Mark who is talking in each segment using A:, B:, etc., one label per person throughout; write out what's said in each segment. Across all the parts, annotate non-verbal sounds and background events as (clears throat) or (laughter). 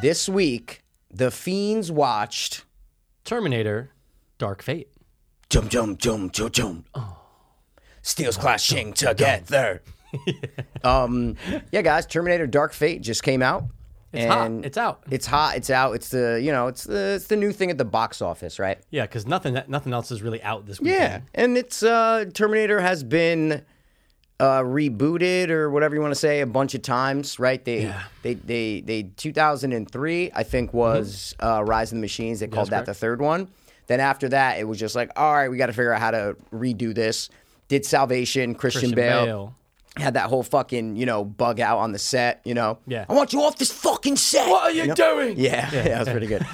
A: This week, the fiends watched.
B: Terminator, Dark Fate.
A: Jump, jump, jump, jump, jump. Steels clashing together. (laughs) um, yeah, guys, Terminator Dark Fate just came out.
B: It's hot. It's out.
A: It's hot. It's out. It's the you know it's the it's the new thing at the box office, right?
B: Yeah, because nothing nothing else is really out this weekend.
A: Yeah, and it's uh, Terminator has been uh, rebooted or whatever you want to say a bunch of times, right? They they they they 2003 I think
B: Mm-hmm.
A: was uh, Rise of the Machines. They called that the third one. Then after that, it was just like, all right, we got to figure out how to redo this. Did Salvation Christian,
B: Christian
A: Bale,
B: Bale.
A: had that whole fucking you know bug out on the set? You know,
B: Yeah.
A: I want you off this fucking set. What
B: you doing?
A: yeah, yeah, that was pretty good.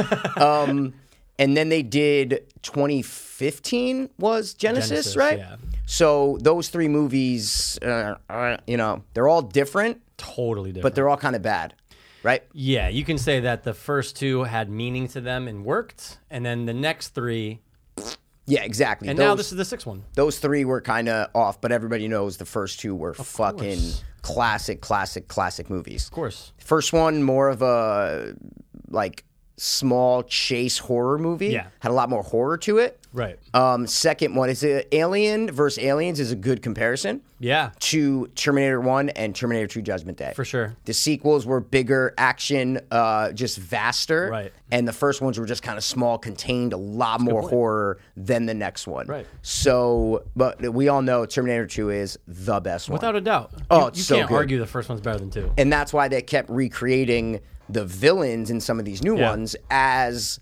A: um, and then they did 2015 was Genesis,
B: Genesis,
A: right?
B: yeah.
A: So those three movies, uh, are, you know, they're all different,
B: Totally different.
A: but they're all kind of bad, right?
B: Yeah, you can say that the first two had meaning to them and worked, and then the next three,
A: Yeah, exactly.
B: and
A: those,
B: now this is the sixth one.
A: those three were kind of off, but everybody knows the first two were fucking
B: course.
A: classic, classic, classic movies.
B: Of course,
A: First one, more of a like small chase horror movie.
B: Yeah.
A: Had a lot more horror to it.
B: right?
A: Um, second one is uh, Alien versus Aliens is a good comparison
B: yeah,
A: to Terminator One and Terminator Two Judgment Day.
B: for sure.
A: The sequels were bigger action, uh, just vaster,
B: Right.
A: and the first ones were just kind of small, contained a lot more horror than the next one.
B: Right.
A: So, but we all know Terminator Two is the best one.
B: Without a doubt.
A: Oh,
B: you,
A: it's
B: you
A: so
B: can't
A: good.
B: argue the first one's better than two.
A: and that's why they kept recreating the villains in some of these new
B: Yeah.
A: ones as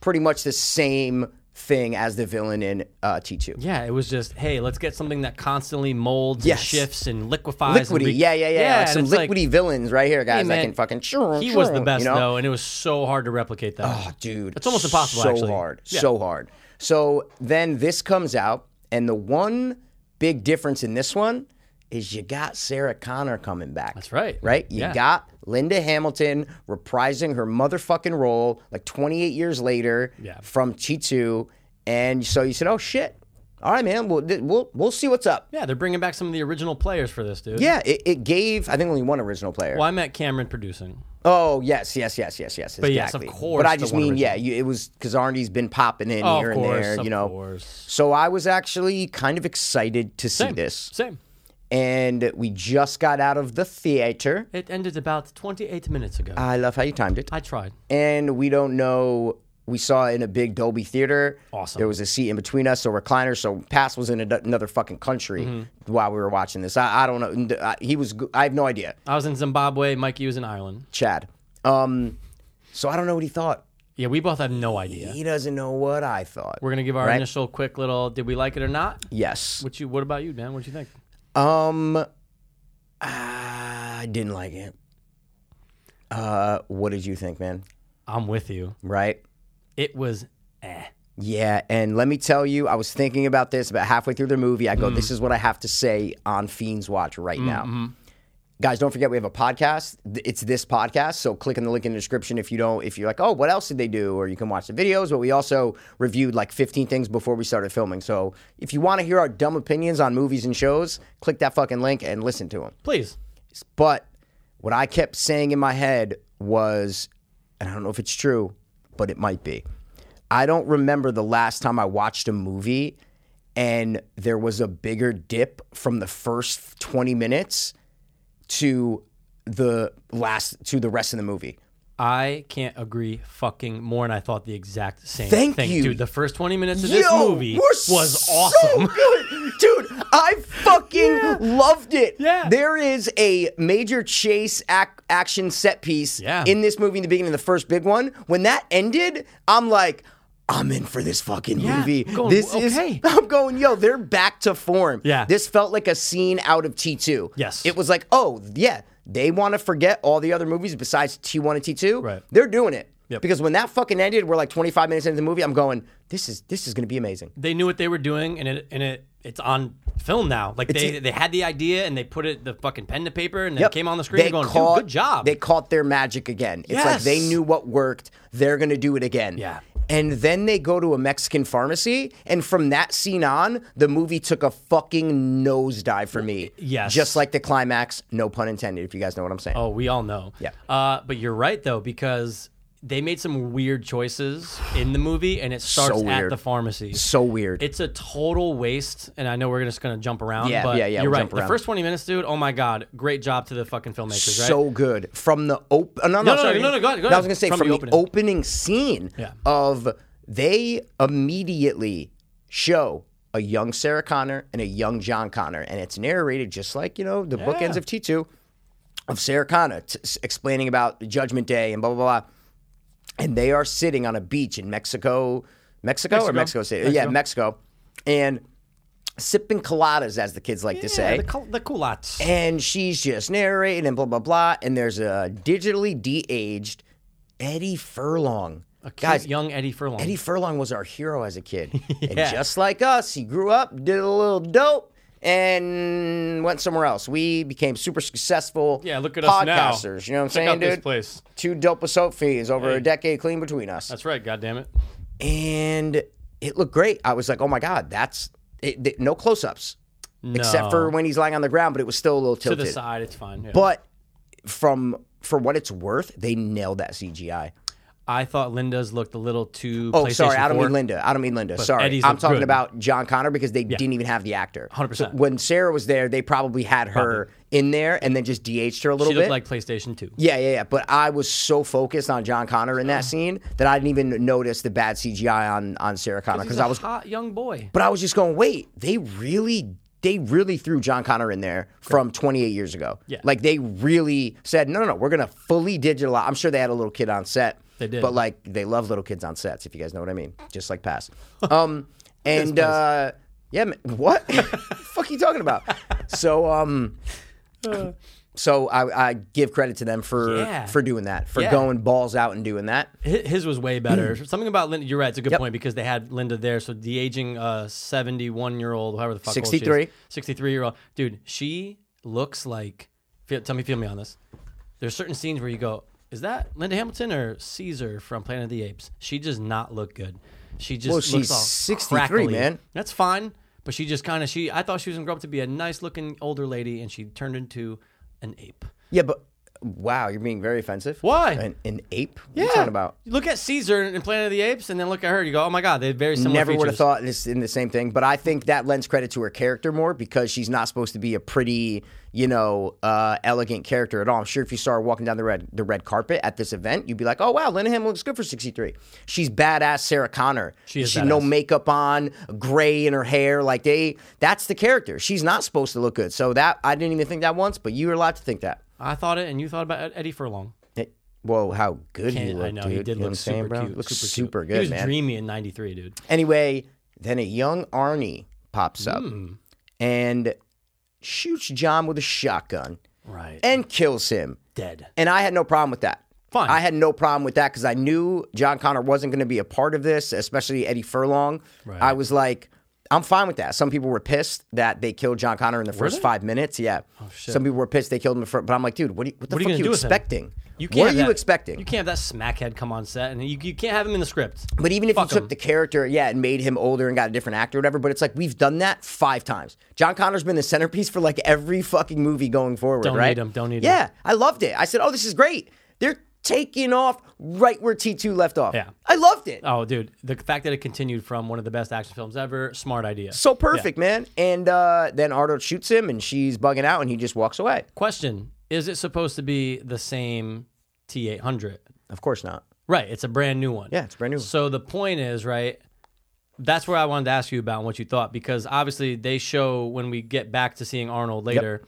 A: pretty much the same thing as the villain in uh, T two.
B: Yeah, it was just hey, let's get something that constantly molds
A: Yes.
B: and shifts and liquefies. and
A: liquidy.
B: re-
A: yeah, yeah, yeah. like
B: and
A: some
B: it's like,
A: liquidy villains right here, guys. that
B: hey, man,
A: can fucking.
B: He was the best
A: you know?
B: though, and it was so hard to replicate that.
A: Oh, dude,
B: It's almost impossible,
A: So
B: actually.
A: hard,
B: Yeah.
A: so hard. So then this comes out, and the one big difference in this one is you got Sarah Connor coming back. That's
B: right.
A: Right. You
B: Yeah.
A: got Linda Hamilton reprising her motherfucking role like 28 years later
B: Yeah.
A: from Chitu, and so you said, "Oh shit, all right, man. We'll we'll we'll see what's up."
B: Yeah, they're bringing back some of the original players for this dude.
A: Yeah, it, it gave I think only one original player.
B: Well, I met Cameron producing.
A: Oh yes, yes, yes, yes, yes. But
B: yes, of
A: exactly.
B: course
A: But I
B: the
A: just
B: one
A: mean, yeah,
B: original.
A: you, it was because Arnie's been popping in
B: Oh,
A: here
B: of
A: and
B: course,
A: there,
B: of
A: you know.
B: course.
A: So I was actually kind of excited to see
B: Same,
A: this,
B: Same.
A: and we just got out of the theater.
B: It ended about 28 minutes ago.
A: I love how you timed it.
B: I tried.
A: And we don't know. We saw it in a big Dolby theater.
B: Awesome.
A: There was a seat in between us, so recliner. So Pass was in a, another fucking country
B: Mm-hmm.
A: while we were watching this. I, I don't know. N- I- He was. g- I have no idea.
B: I was in Zimbabwe. Mikey was in Ireland.
A: Chad. Um. So I don't know what he thought.
B: Yeah, we both have no idea.
A: He doesn't know what I thought.
B: We're gonna give our
A: Right.
B: initial quick little. Did we like it or not?
A: Yes.
B: What you? What about you, man? What would you think?
A: Um, I didn't like it. Uh, what did you think, man?
B: I'm with you.
A: Right?
B: It was eh.
A: Yeah, and let me tell you, I was thinking about this about halfway through the movie. I go, this is what I have to say on Fiends Watch right now. Guys, don't forget we have a podcast. Th- It's this podcast, so click on the link in the description if you don't. If you're like, oh, what else did they do? Or you can watch the videos. But we also reviewed like 15 things before we started filming. So if you want to hear our dumb opinions on movies and shows, click that fucking link and listen to them.
B: Please.
A: But what I kept saying in my head was, and I don't know if it's true, but it might be. I don't remember the last time I watched a movie and there was a bigger dip from the first 20 minutes to the last to the rest of the movie.
B: I can't agree fucking more, and I thought the exact same
A: Thank
B: thing,
A: you.
B: dude. The first twenty minutes of this
A: Yo,
B: movie
A: we're
B: was
A: so
B: awesome.
A: good. Dude, I
B: (laughs)
A: fucking loved it.
B: Yeah.
A: There is a major chase ac- action set piece
B: Yeah.
A: in this movie in the beginning, the first big one. When that ended, I'm like, I'm in for this fucking
B: Yeah,
A: movie.
B: I'm going,
A: this is
B: okay.
A: (laughs) I'm going, yo, they're back to form.
B: Yeah.
A: This felt like a scene out of T2.
B: Yes.
A: It was like, oh, yeah, they want to forget all the other movies besides T1 and T2.
B: Right.
A: They're doing it.
B: Yep.
A: Because when that fucking ended, we're like 25 minutes into the movie. I'm going, this is this is gonna be amazing.
B: They knew what they were doing, and it and it it's on film now. Like they
A: it.
B: they had the idea, and they put it the fucking pen to paper, and
A: Yep.
B: it came on the screen. They going, dude, good job.
A: They caught their magic again. It's like they
B: Yes.
A: knew what worked. They're gonna do it again.
B: Yeah.
A: And then they go to a Mexican pharmacy. And from that scene on, the movie took a fucking nosedive for me.
B: Yes.
A: Just like the climax, no pun intended, if you guys know what I'm saying.
B: Oh, we all know.
A: Yeah.
B: Uh, but you're right though because they made some weird choices in the
A: (sighs)
B: movie, and it starts at
A: weird.
B: the pharmacy.
A: So weird.
B: It's a total waste, and I know we're just gonna jump around.
A: Yeah,
B: but
A: yeah, yeah,
B: You're
A: we'll
B: right.
A: jump
B: The
A: around.
B: first 20 minutes, dude. Oh my god, great job to the fucking filmmakers. right?
A: so good from the open. no, no,
B: no,
A: sorry.
B: no, no, go ahead, go
A: I
B: ahead.
A: was gonna say
B: From
A: from,
B: the
A: the
B: opening.
A: opening, scene
B: Yeah.
A: of they immediately show a young Sarah Connor and a young John Connor, and it's narrated just like you know the bookends of T two of Sarah Connor t- s- explaining about Judgment Day and blah blah blah, and they are sitting on a beach in Mexico, Mexico, or
B: Mexico.
A: Mexico City, yeah, Mexico, and sipping coladas as the kids like to
B: Yeah,
A: say Eh,
B: the, cul- the culottes.
A: and she's just narrating and blah blah blah. And there's a digitally de-aged Eddie Furlong. Guys,
B: young Eddie Furlong.
A: Eddie Furlong was our hero as a kid,
B: (laughs)
A: and
B: Yeah.
A: just like us, he grew up, did a little dope, and went somewhere else. We became super successful.
B: Yeah, look at us now.
A: podcasters. You know what I'm
B: Check
A: saying,
B: out this
A: dude?
B: place.
A: Two dope fees over a decade clean between us
B: That's right. God damn it.
A: and it looked great. I was like, oh my god, that's it, th- no close-ups except for when he's lying on the ground, but it was still a little
B: To
A: tilted.
B: the side, it's fine. yeah.
A: But from for what it's worth, they nailed that CGI.
B: I thought Linda's looked a little too.
A: Oh, sorry, I don't
B: 4.
A: mean Linda. I don't mean Linda. Sorry,
B: Eddie's
A: I'm
B: looked
A: talking
B: good.
A: about John Connor because they didn't even have the actor.
B: 100%.
A: So when Sarah was there, they probably had her in there and then just DH'd her a little
B: She looked
A: bit.
B: like PlayStation Two.
A: yeah, yeah, yeah. But I was so focused on John Connor in
B: Oh.
A: that scene that I didn't even notice the bad CGI on on Sarah Connor because
B: He's
A: I
B: a
A: was
B: hot young boy.
A: But I was just going, wait, they really, they really threw John Connor in there from 28 years ago.
B: Yeah.
A: Like they really said, no, no, no, we're gonna fully digitalize. I'm sure they had a little kid on set.
B: They did.
A: But like they love little kids on sets, if you guys know what I mean. Just like
B: (laughs)
A: Pass. Um, and uh, yeah, man, what? (laughs) fuck you talking about? So
B: (laughs)
A: um. So I, I give credit to them for
B: Yeah.
A: for doing that, for
B: Yeah.
A: going balls out and doing that.
B: Hi- His was way better.
A: Hmm.
B: Something about Linda. You're right. It's a good point because they had Linda there. So the aging, uh, 71 year old, however the fuck,
A: 63.
B: 63 year old dude. She looks like. Feel, tell me, feel me on this. There's certain scenes where you go, "Is that Linda Hamilton or Caesar from Planet of the Apes?" She does not look good. She just
A: Well,
B: looks
A: she's
B: all
A: 63,
B: crackly.
A: man.
B: That's fine, but she just kind of she. I thought she was gonna grow up to be a nice looking older lady, and she turned into an ape.
A: Yeah, but wow, you're being very offensive.
B: Why?
A: An, an ape? What are you talking about?
B: You look at Caesar in Planet of the Apes, and then look at her. You go, "Oh my god, they have very similar."
A: Never would have
B: features."
A: thought this in the same thing, but I think that lends credit to her character more because she's not supposed to be a pretty, you know, uh, elegant character at all. I'm sure if you saw her walking down the red the red carpet at this event, you'd be like, "Oh wow, Linda Hamilton looks good for 63." She's badass Sarah Connor. She
B: is
A: She no
B: badass.
A: makeup on, gray in her hair, like they that's the character. She's not supposed to look good. So that I didn't even think that once, but you were allowed to think that.
B: I thought it, and you thought about Ed- Eddie Furlong.
A: Hey, Whoa, how good he
B: And
A: looked,
B: I know
A: dude.
B: he did
A: You know what I'm
B: look
A: saying,
B: super
A: bro?
B: cute,
A: Looks
B: super,
A: super
B: cute.
A: good,
B: He was
A: man.
B: dreamy in '93, dude.
A: Anyway, then a young Arnie pops up
B: Hmm.
A: and shoots John with a shotgun
B: Right,
A: and kills him.
B: dead.
A: And I had no problem with that.
B: Fine.
A: I had no problem with that because I knew John Connor wasn't going to be a part of this, especially Eddie Furlong.
B: Right.
A: I was like, I'm fine with that. Some people were pissed that they killed John Connor in the first
B: they?
A: five minutes. Yeah. Oh,
B: shit.
A: Some people were pissed they killed him. For, but I'm like, dude, what, do you, what the
B: What are
A: fuck
B: you gonna
A: are you
B: do with him?
A: expecting?
B: You
A: what are
B: have that-
A: you expecting?
B: You can't have that smackhead come on set, and you, you can't have him in the script.
A: But even if
B: Fuck
A: you took
B: him.
A: the character, yeah, and made him older and got a different actor or whatever, but it's like we've done that five times. John Connor's been the centerpiece for like every fucking movie going forward,
B: Don't
A: right?
B: need him, don't need him.
A: yeah, I loved it. I said, oh, this is great. They're taking off right where T2 left off.
B: Yeah.
A: I loved it.
B: Oh, dude, the fact that it continued from one of the best action films ever, smart idea.
A: so perfect, man. And uh, then Arnold shoots him and she's bugging out and he just walks away.
B: Question: Is it supposed to be the same T800?
A: Of course not.
B: Right, it's a brand new one.
A: Yeah, it's a brand new one.
B: So the point is, right? That's where I wanted to ask you about and what you thought because obviously they show when we get back to seeing Arnold later,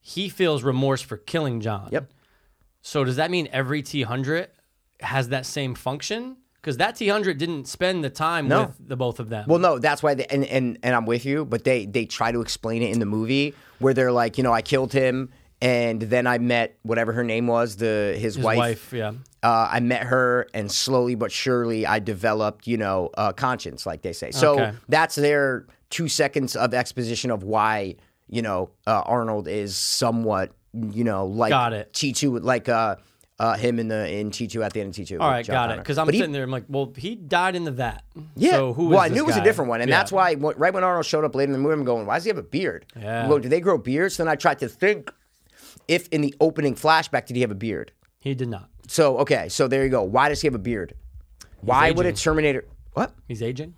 B: he feels remorse for killing John.
A: Yep.
B: So does that mean every T hundred has that same function? Because that T hundred didn't spend the time
A: No.
B: with the both of them.
A: Well, no, that's why. They, and and and I'm with you, but they they try to explain it in the movie where they're like, you know, I killed him, and then I met whatever her name was, the his,
B: his wife, yeah.
A: uh, I met her, and slowly but surely, I developed, you know, a conscience, like they say. So
B: Okay.
A: that's their two seconds of exposition of why, you know, uh, Arnold is somewhat, you know, like
B: Got it.
A: T two, like uh, Uh, him in the in T two at the end of T two.
B: All right, got it. Because I'm sitting there, I'm like, well, he died in the vat.
A: Yeah.
B: So who?
A: well,
B: is
A: I knew
B: this
A: it was
B: guy?
A: a different one, and
B: Yeah.
A: that's why wh- right when Arnold showed up later in the movie, I'm going, "Why does he have a beard?
B: Yeah.
A: Well, do they grow beards?" So then I tried to think if in the opening flashback did he have a beard?
B: he did not.
A: So okay, so there you go. Why does he have a beard? Why would a
B: aging.
A: Terminator? What?
B: He's aging.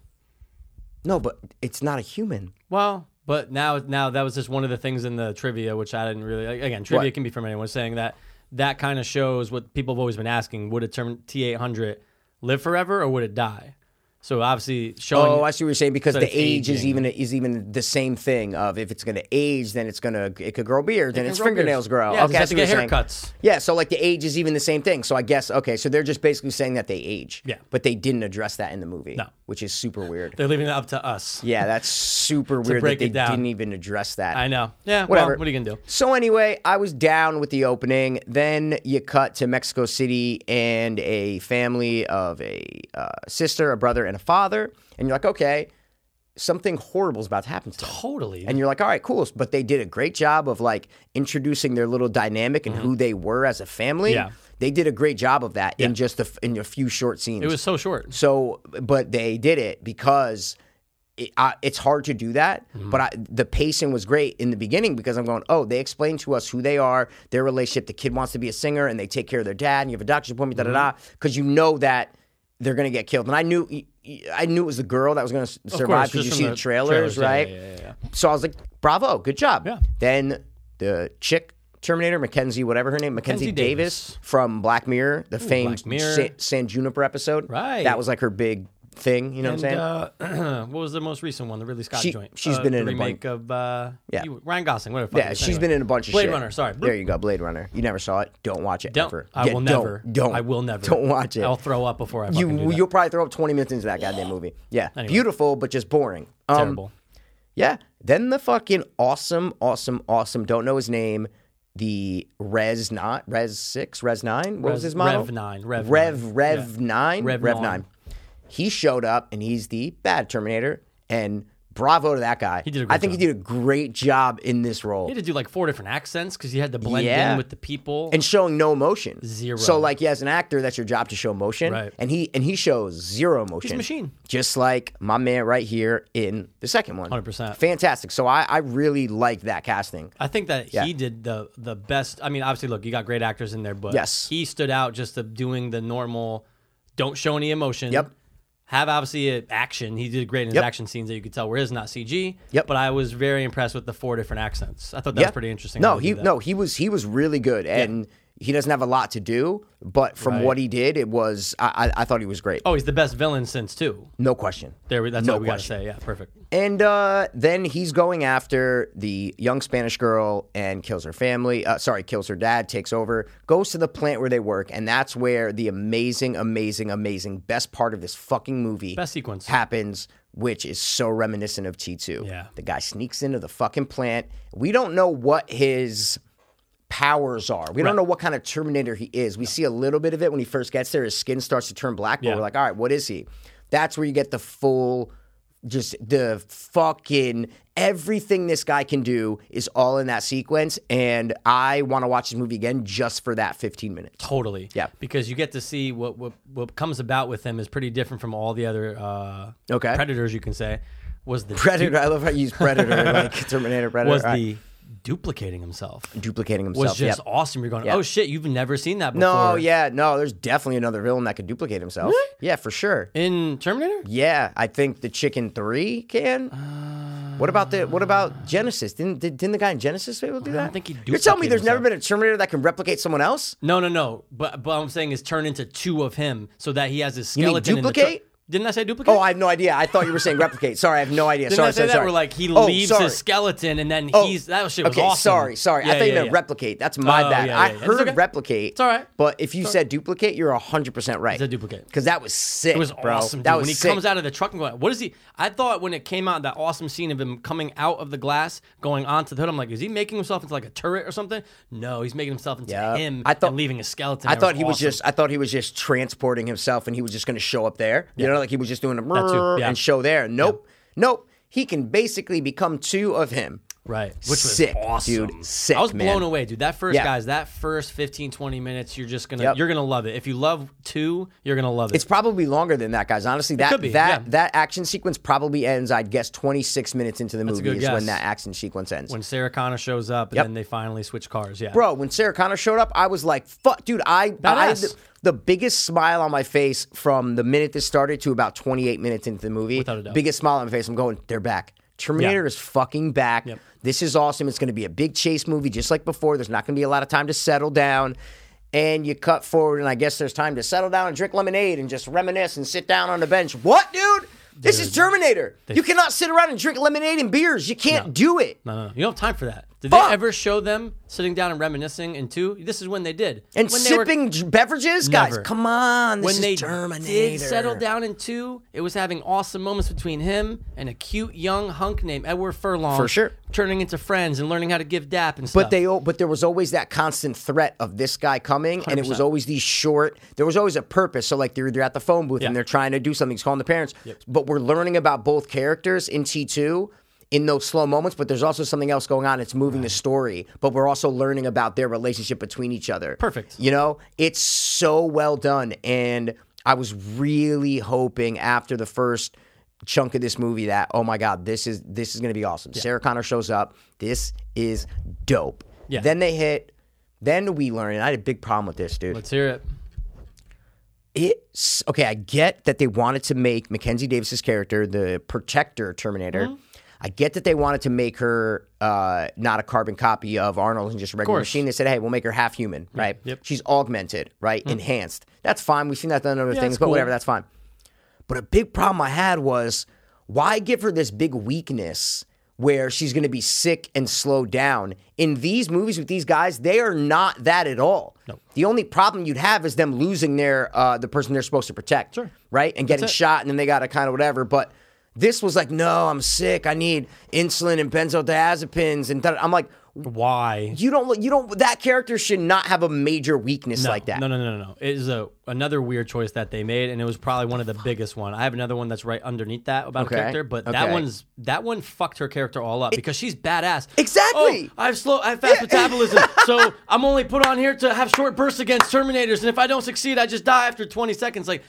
A: No, but it's not a human.
B: Well, but now now that was just one of the things in the trivia, which I didn't really again trivia
A: What?
B: can be from anyone saying that that kind of shows what people have always been asking: would a term T eight hundred live forever or would it die? So obviously showing
A: Oh, I see what you're saying because
B: So
A: the
B: it's
A: age is
B: aging.
A: even is even the same thing. Of if it's going to age, then it's going to it could grow beard, then
B: can
A: its
B: grow beards.
A: fingernails grow.
B: Yeah, 'cause
A: okay,
B: they
A: I
B: have
A: see
B: to
A: what
B: get
A: you're saying.
B: haircuts.
A: Yeah, so like the age is even the same thing. So I guess okay, so they're just basically saying that they age.
B: Yeah.
A: but they didn't address that in the movie.
B: No.
A: which is super weird.
B: they're leaving it up to us.
A: Yeah, that's super weird
B: break
A: that they
B: it down.
A: didn't even address that.
B: I know. Yeah.
A: Whatever.
B: Well, what are you gonna do?
A: So anyway, I was down with the opening. Then you cut to Mexico City and a family of a uh, sister, a brother, and a father, and you're like, okay, something horrible is about to happen. To them.
B: Totally.
A: And you're like, all right, cool. But they did a great job of like introducing their little dynamic and who they were as a family.
B: Mm-hmm. Yeah.
A: They did a great job of that in just a, f- in a few short scenes.
B: it was so short.
A: So, but they did it because it, I, it's hard to do that.
B: Mm-hmm.
A: But I, the pacing was great in the beginning because I'm going, oh, they explained to us who they are, their relationship. The kid wants to be a singer, and they take care of their dad, and you have a doctor's appointment, da da da.
B: Mm-hmm.
A: Because you know that they're gonna get killed, and I knew. I knew it was the girl that was going to survive
B: just
A: because you
B: from
A: see
B: the
A: the trailers,
B: trailers, yeah,
A: right?
B: yeah, yeah,
A: So I was like, "Bravo, good job."
B: Yeah.
A: Then the chick Terminator, Mackenzie, whatever her name, Mackenzie,
B: Mackenzie
A: Davis, from Black Mirror, the famed
B: Black Mirror.
A: Sa- San Juniper episode.
B: Right.
A: That was like her big thing. You know
B: And,
A: what I'm saying?
B: uh, (clears throat) what was the most recent one? The Ridley Scott
A: She-
B: joint.
A: she's
B: Uh,
A: been
B: the
A: in a
B: remake of uh,
A: Yeah.
B: you- Ryan Gosling. Whatever. the fuck
A: yeah,
B: it is.
A: she's
B: Anyway.
A: been in a bunch of
B: Blade
A: shit.
B: Runner. Sorry.
A: There you go, Blade Runner. You never saw it. Don't watch it
B: Don't.
A: ever.
B: I
A: Yeah,
B: will
A: don't,
B: never.
A: Don't.
B: I will never.
A: Don't watch it.
B: I'll throw up before I fucking do
A: you
B: that.
A: you'll probably throw up 20 minutes into that goddamn movie. Yeah. Beautiful, but just boring. Um,
B: Terrible.
A: Yeah. Then the fucking awesome, awesome, awesome. Don't know his name. The Res not Res six, Res nine. What was
B: Res-
A: his model?
B: Rev 9, Rev
A: Rev
B: 9.
A: Rev nine.
B: Rev
A: Rev,
B: 9.
A: nine. He showed up and he's the bad Terminator. And bravo to that guy. He
B: did a
A: I
B: great
A: think he did a great job in this role
B: You had to do like four different accents because you had to blend in
A: Yeah.
B: with the people.
A: and showing no emotion.
B: Zero.
A: So like, yeah, as an actor, that's your job to show emotion.
B: Right.
A: And he and he shows zero emotion.
B: machine.
A: Just like my man right here in the second one.
B: 100%.
A: Fantastic. So I I really like that casting.
B: I think that
A: Yeah.
B: he did the the best. I mean, obviously, look, you got great actors in there, but
A: Yes.
B: he stood out just of doing the normal. Don't show any emotion.
A: Yep.
B: Have obviously a action. He did great in his
A: Yep.
B: action scenes that you could tell were his, not CG.
A: Yep.
B: But I was very impressed with the four different accents. I thought that was pretty interesting. how
A: No,
B: they
A: he
B: did that.
A: no he was he was really good and. He doesn't have a lot to do, but from
B: Right.
A: what he did, it was I, I, I thought he was great,
B: Oh, he's the best villain since too.
A: no question.
B: There, we- that's
A: No
B: what we got to
A: question.
B: say. Yeah, perfect.
A: And uh, then he's going after the young Spanish girl and kills her family. Uh, sorry, kills her dad, takes over, goes to the plant where they work, and that's where the amazing, amazing, amazing best part of this fucking movie
B: Best sequence.
A: happens, which is so reminiscent of T2.
B: Yeah.
A: The guy sneaks into the fucking plant. We don't know what his powers are. We don't know what kind of Terminator he is. We see a little bit of it when he first gets there. His skin starts to turn black, but
B: Yeah.
A: we're like, all right, what is he? That's where you get the full, just the fucking everything this guy can do is all in that sequence. And I want to watch this movie again just for that 15 minutes.
B: Totally.
A: Yeah.
B: Because you get to see what what, what comes about with him is pretty different from all the other uh,
A: Okay.
B: predators. You can say was the
A: Predator, I love how you use Predator, like Terminator Predator.
B: (laughs) was
A: All right.
B: the duplicating himself
A: duplicating himself.
B: was just
A: yep.
B: awesome. You're going, oh shit, you've never seen that before.
A: No, yeah, no, there's definitely another villain that could duplicate himself. Yeah, for sure.
B: In Terminator,
A: Yeah, I think the Chicken Three can. what about the What about Genesis? Didn't did, didn't the guy in Genesis be able to do that?
B: don't think he
A: You're telling me
B: duplicated
A: there's never been a Terminator that can replicate someone else?
B: no, no, no. But but what I'm saying is turn into two of him so that he has his
A: mean
B: skeleton. in the tr-
A: duplicate?
B: Didn't I say duplicate?
A: Oh, I have no idea. I thought you were saying replicate. Sorry, I have no idea.
B: Didn't
A: sorry,
B: I say
A: sorry,
B: that?
A: sorry.
B: Where like he
A: Oh,
B: leaves
A: sorry.
B: his skeleton and then
A: Oh,
B: he's that shit was
A: okay,
B: awesome.
A: Sorry, sorry. I
B: Yeah,
A: thought you
B: yeah,
A: meant
B: yeah.
A: replicate. That's my
B: Oh,
A: bad.
B: yeah,
A: I
B: yeah, yeah. It's
A: heard
B: okay.
A: replicate.
B: It's all right.
A: But if you said duplicate, you're 100% right.
B: said duplicate.
A: Because that was sick.
B: It was
A: bro.
B: awesome. Dude.
A: That was
B: when he
A: sick.
B: comes out of the truck and going, what is he? I thought when it came out, that awesome scene of him coming out of the glass, going onto the hood, I'm like, is he making himself into like a turret or something? No, he's making himself into
A: Yeah.
B: him
A: I thought-
B: and leaving a skeleton.
A: I
B: That
A: thought he was
B: awesome.
A: just I thought he was just transporting himself and he was just going to show up there. You know, like he was just doing a
B: too, yeah.
A: and show there. Nope. Nope. He can basically become two of him.
B: Right. Which was
A: Sick,
B: awesome.
A: dude. Sick,
B: I was
A: man.
B: blown away, dude. That first
A: Yeah.
B: guys, that first 15 20 minutes, you're just going to
A: Yep.
B: you're going to love it. If you love 2, you're going to love it.
A: It's probably longer than that, guys. Honestly, that
B: could be,
A: that
B: yeah.
A: that action sequence probably ends. I'd guess 26 minutes into the
B: a
A: movie
B: good
A: is when
B: guess.
A: that action sequence ends.
B: when Sarah Connor shows up and
A: Yep.
B: then they finally switch cars, yeah.
A: Bro, when Sarah Connor showed up, I was like, "Fuck, dude!" I, I had
B: Badass.
A: the, the biggest smile on my face from the minute this started to about 28 minutes into the movie.
B: Without a doubt.
A: Biggest smile on my face. I'm going, "They're back." Terminator
B: Yeah.
A: is fucking back.
B: Yep.
A: This is awesome. It's going to be a big chase movie, just like before. There's not going to be a lot of time to settle down. And you cut forward, and I guess there's time to settle down and drink lemonade and just reminisce and sit down on the bench. What, dude? This is Terminator. you cannot sit around and drink lemonade and beers. You can't do it.
B: No, no, no. You don't have time for that. Did
A: Fuck.
B: they ever show them sitting down and reminiscing? And two, this is when they did.
A: And
B: when they were-
A: sipping j- beverages, guys.
B: Never.
A: Come on, this
B: when
A: is
B: they
A: Terminator.
B: did settle down in two, it was having awesome moments between him and a cute young hunk named Edward Furlong.
A: For sure.
B: Turning into friends and learning how to give dap and stuff.
A: But they, al- but there was always that constant threat of this guy coming, and it was
B: 100%.
A: always these short. There was always a purpose. So like they're they're at the phone booth
B: Yeah.
A: and they're trying to do something. He's calling the parents. But we're learning about both characters in T two in those slow moments. But there's also something else going on. It's moving the story, but we're also learning about their relationship between each other.
B: Perfect.
A: You know, it's so well done, and I was really hoping after the first chunk of this movie that oh my god, this is this is going to be awesome. Sarah Connor shows up. This is dope.
B: Yeah.
A: Then they hit. Then we learn, and I had a big problem with this, dude.
B: Let's hear it.
A: It's okay. I get that they wanted to make Mackenzie Davis's character the protector Terminator.
B: Mm-hmm.
A: I get that they wanted to make her uh, not a carbon copy of Arnold and just a regular
B: course.
A: machine. They said, "Hey, we'll make her half human, right?
B: Yep. Mm.
A: She's augmented, right? Enhanced. That's fine. We've seen that done in other things,
B: that's
A: but
B: cool.
A: whatever. That's fine." But a big problem I had was why give her this big weakness where she's going to be sick and slowed down? In these movies with these guys, they are not that at all. No. The only problem you'd have is them losing their uh, the person they're supposed to protect,
B: Sure.
A: right? And getting
B: it.
A: shot, and then they got to kind of whatever. But this was like, no, I'm sick. I need insulin and benzodiazepines, and da-da." I'm like,
B: Why?
A: you don't, you don't. That character should not have a major weakness
B: No,
A: like that.
B: No, no, no, no, no. It is a another weird choice that they made, and it was probably one of the biggest one. I have another one that's right underneath that about
A: Okay,
B: a character, but
A: okay.
B: that one's that one fucked her character all up because she's badass.
A: Exactly.
B: Oh, I have slow, I have
A: (laughs)
B: fast metabolism, so I'm only put on here to have short bursts against Terminators, and if I don't succeed, I just die after 20 seconds. Like,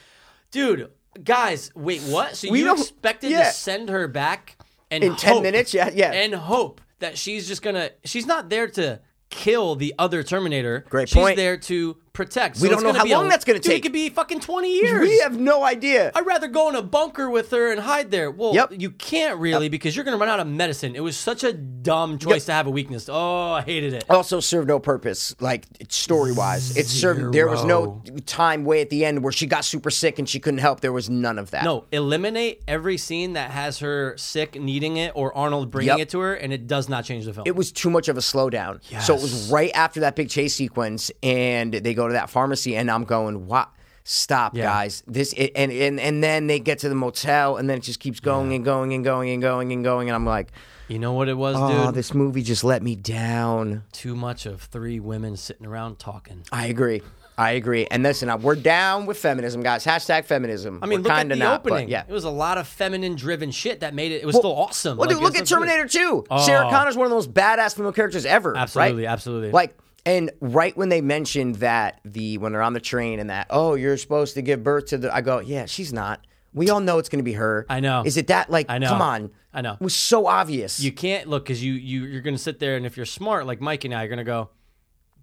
B: dude, guys, wait, what? So
A: We
B: you
A: don't-
B: expected
A: yeah.
B: to send her back and
A: In 10
B: hope-
A: minutes? Yeah, yeah.
B: and hope that she's just gonna. She's not there to. Kill the other Terminator.
A: Great
B: She's
A: point.
B: there to protect. So
A: We don't
B: it's
A: know
B: gonna
A: how
B: be a-
A: long that's gonna
B: dude,
A: take.
B: It could be fucking twenty years.
A: We have no idea.
B: I'd rather go in a bunker with her and hide there. Well,
A: Yep.
B: you can't really because you're gonna run out of medicine. It was such a dumb choice to have a weakness. Oh, I hated it.
A: also served no purpose, like story wise. It served. There was no time way at the end where she got super sick and she couldn't help. There was none of that.
B: No, eliminate every scene that has her sick, needing it, or Arnold bringing
A: Yep.
B: it to her, and it does not change the film.
A: It was too much of a slowdown. So it was
B: Yes.
A: right after that big chase sequence, and they go to that pharmacy, and I'm going, "What? Stop, guys! This." It, and and and then they get to the motel, and then it just keeps going and going and going and going and going, and I'm like,
B: you know what it was,
A: "Oh,
B: dude?
A: this movie just let me down."
B: Too much of three women sitting around talking.
A: I agree. I agree. And listen, uh, we're down with feminism, guys. Hashtag feminism.
B: I mean,
A: we're
B: look at
A: kinda
B: the
A: not, but
B: opening.
A: Yeah.
B: It was a lot of feminine-driven shit that made it. It was still awesome.
A: Well,
B: Like,
A: dude, look at
B: it's- it's-
A: Terminator 2. Sarah
B: Oh.
A: Connor's one of the most badass female characters ever. right?
B: Absolutely, absolutely.
A: Like, and right when they mentioned that the when they're on the train and that, oh, you're supposed to give birth to the I go, Yeah, she's not. We all know it's gonna be her.
B: I know.
A: Is it that like
B: I know.
A: come on.
B: I know.
A: It was so obvious.
B: you can't look because you you you're gonna sit there and if you're smart like Mike and I, you're gonna go,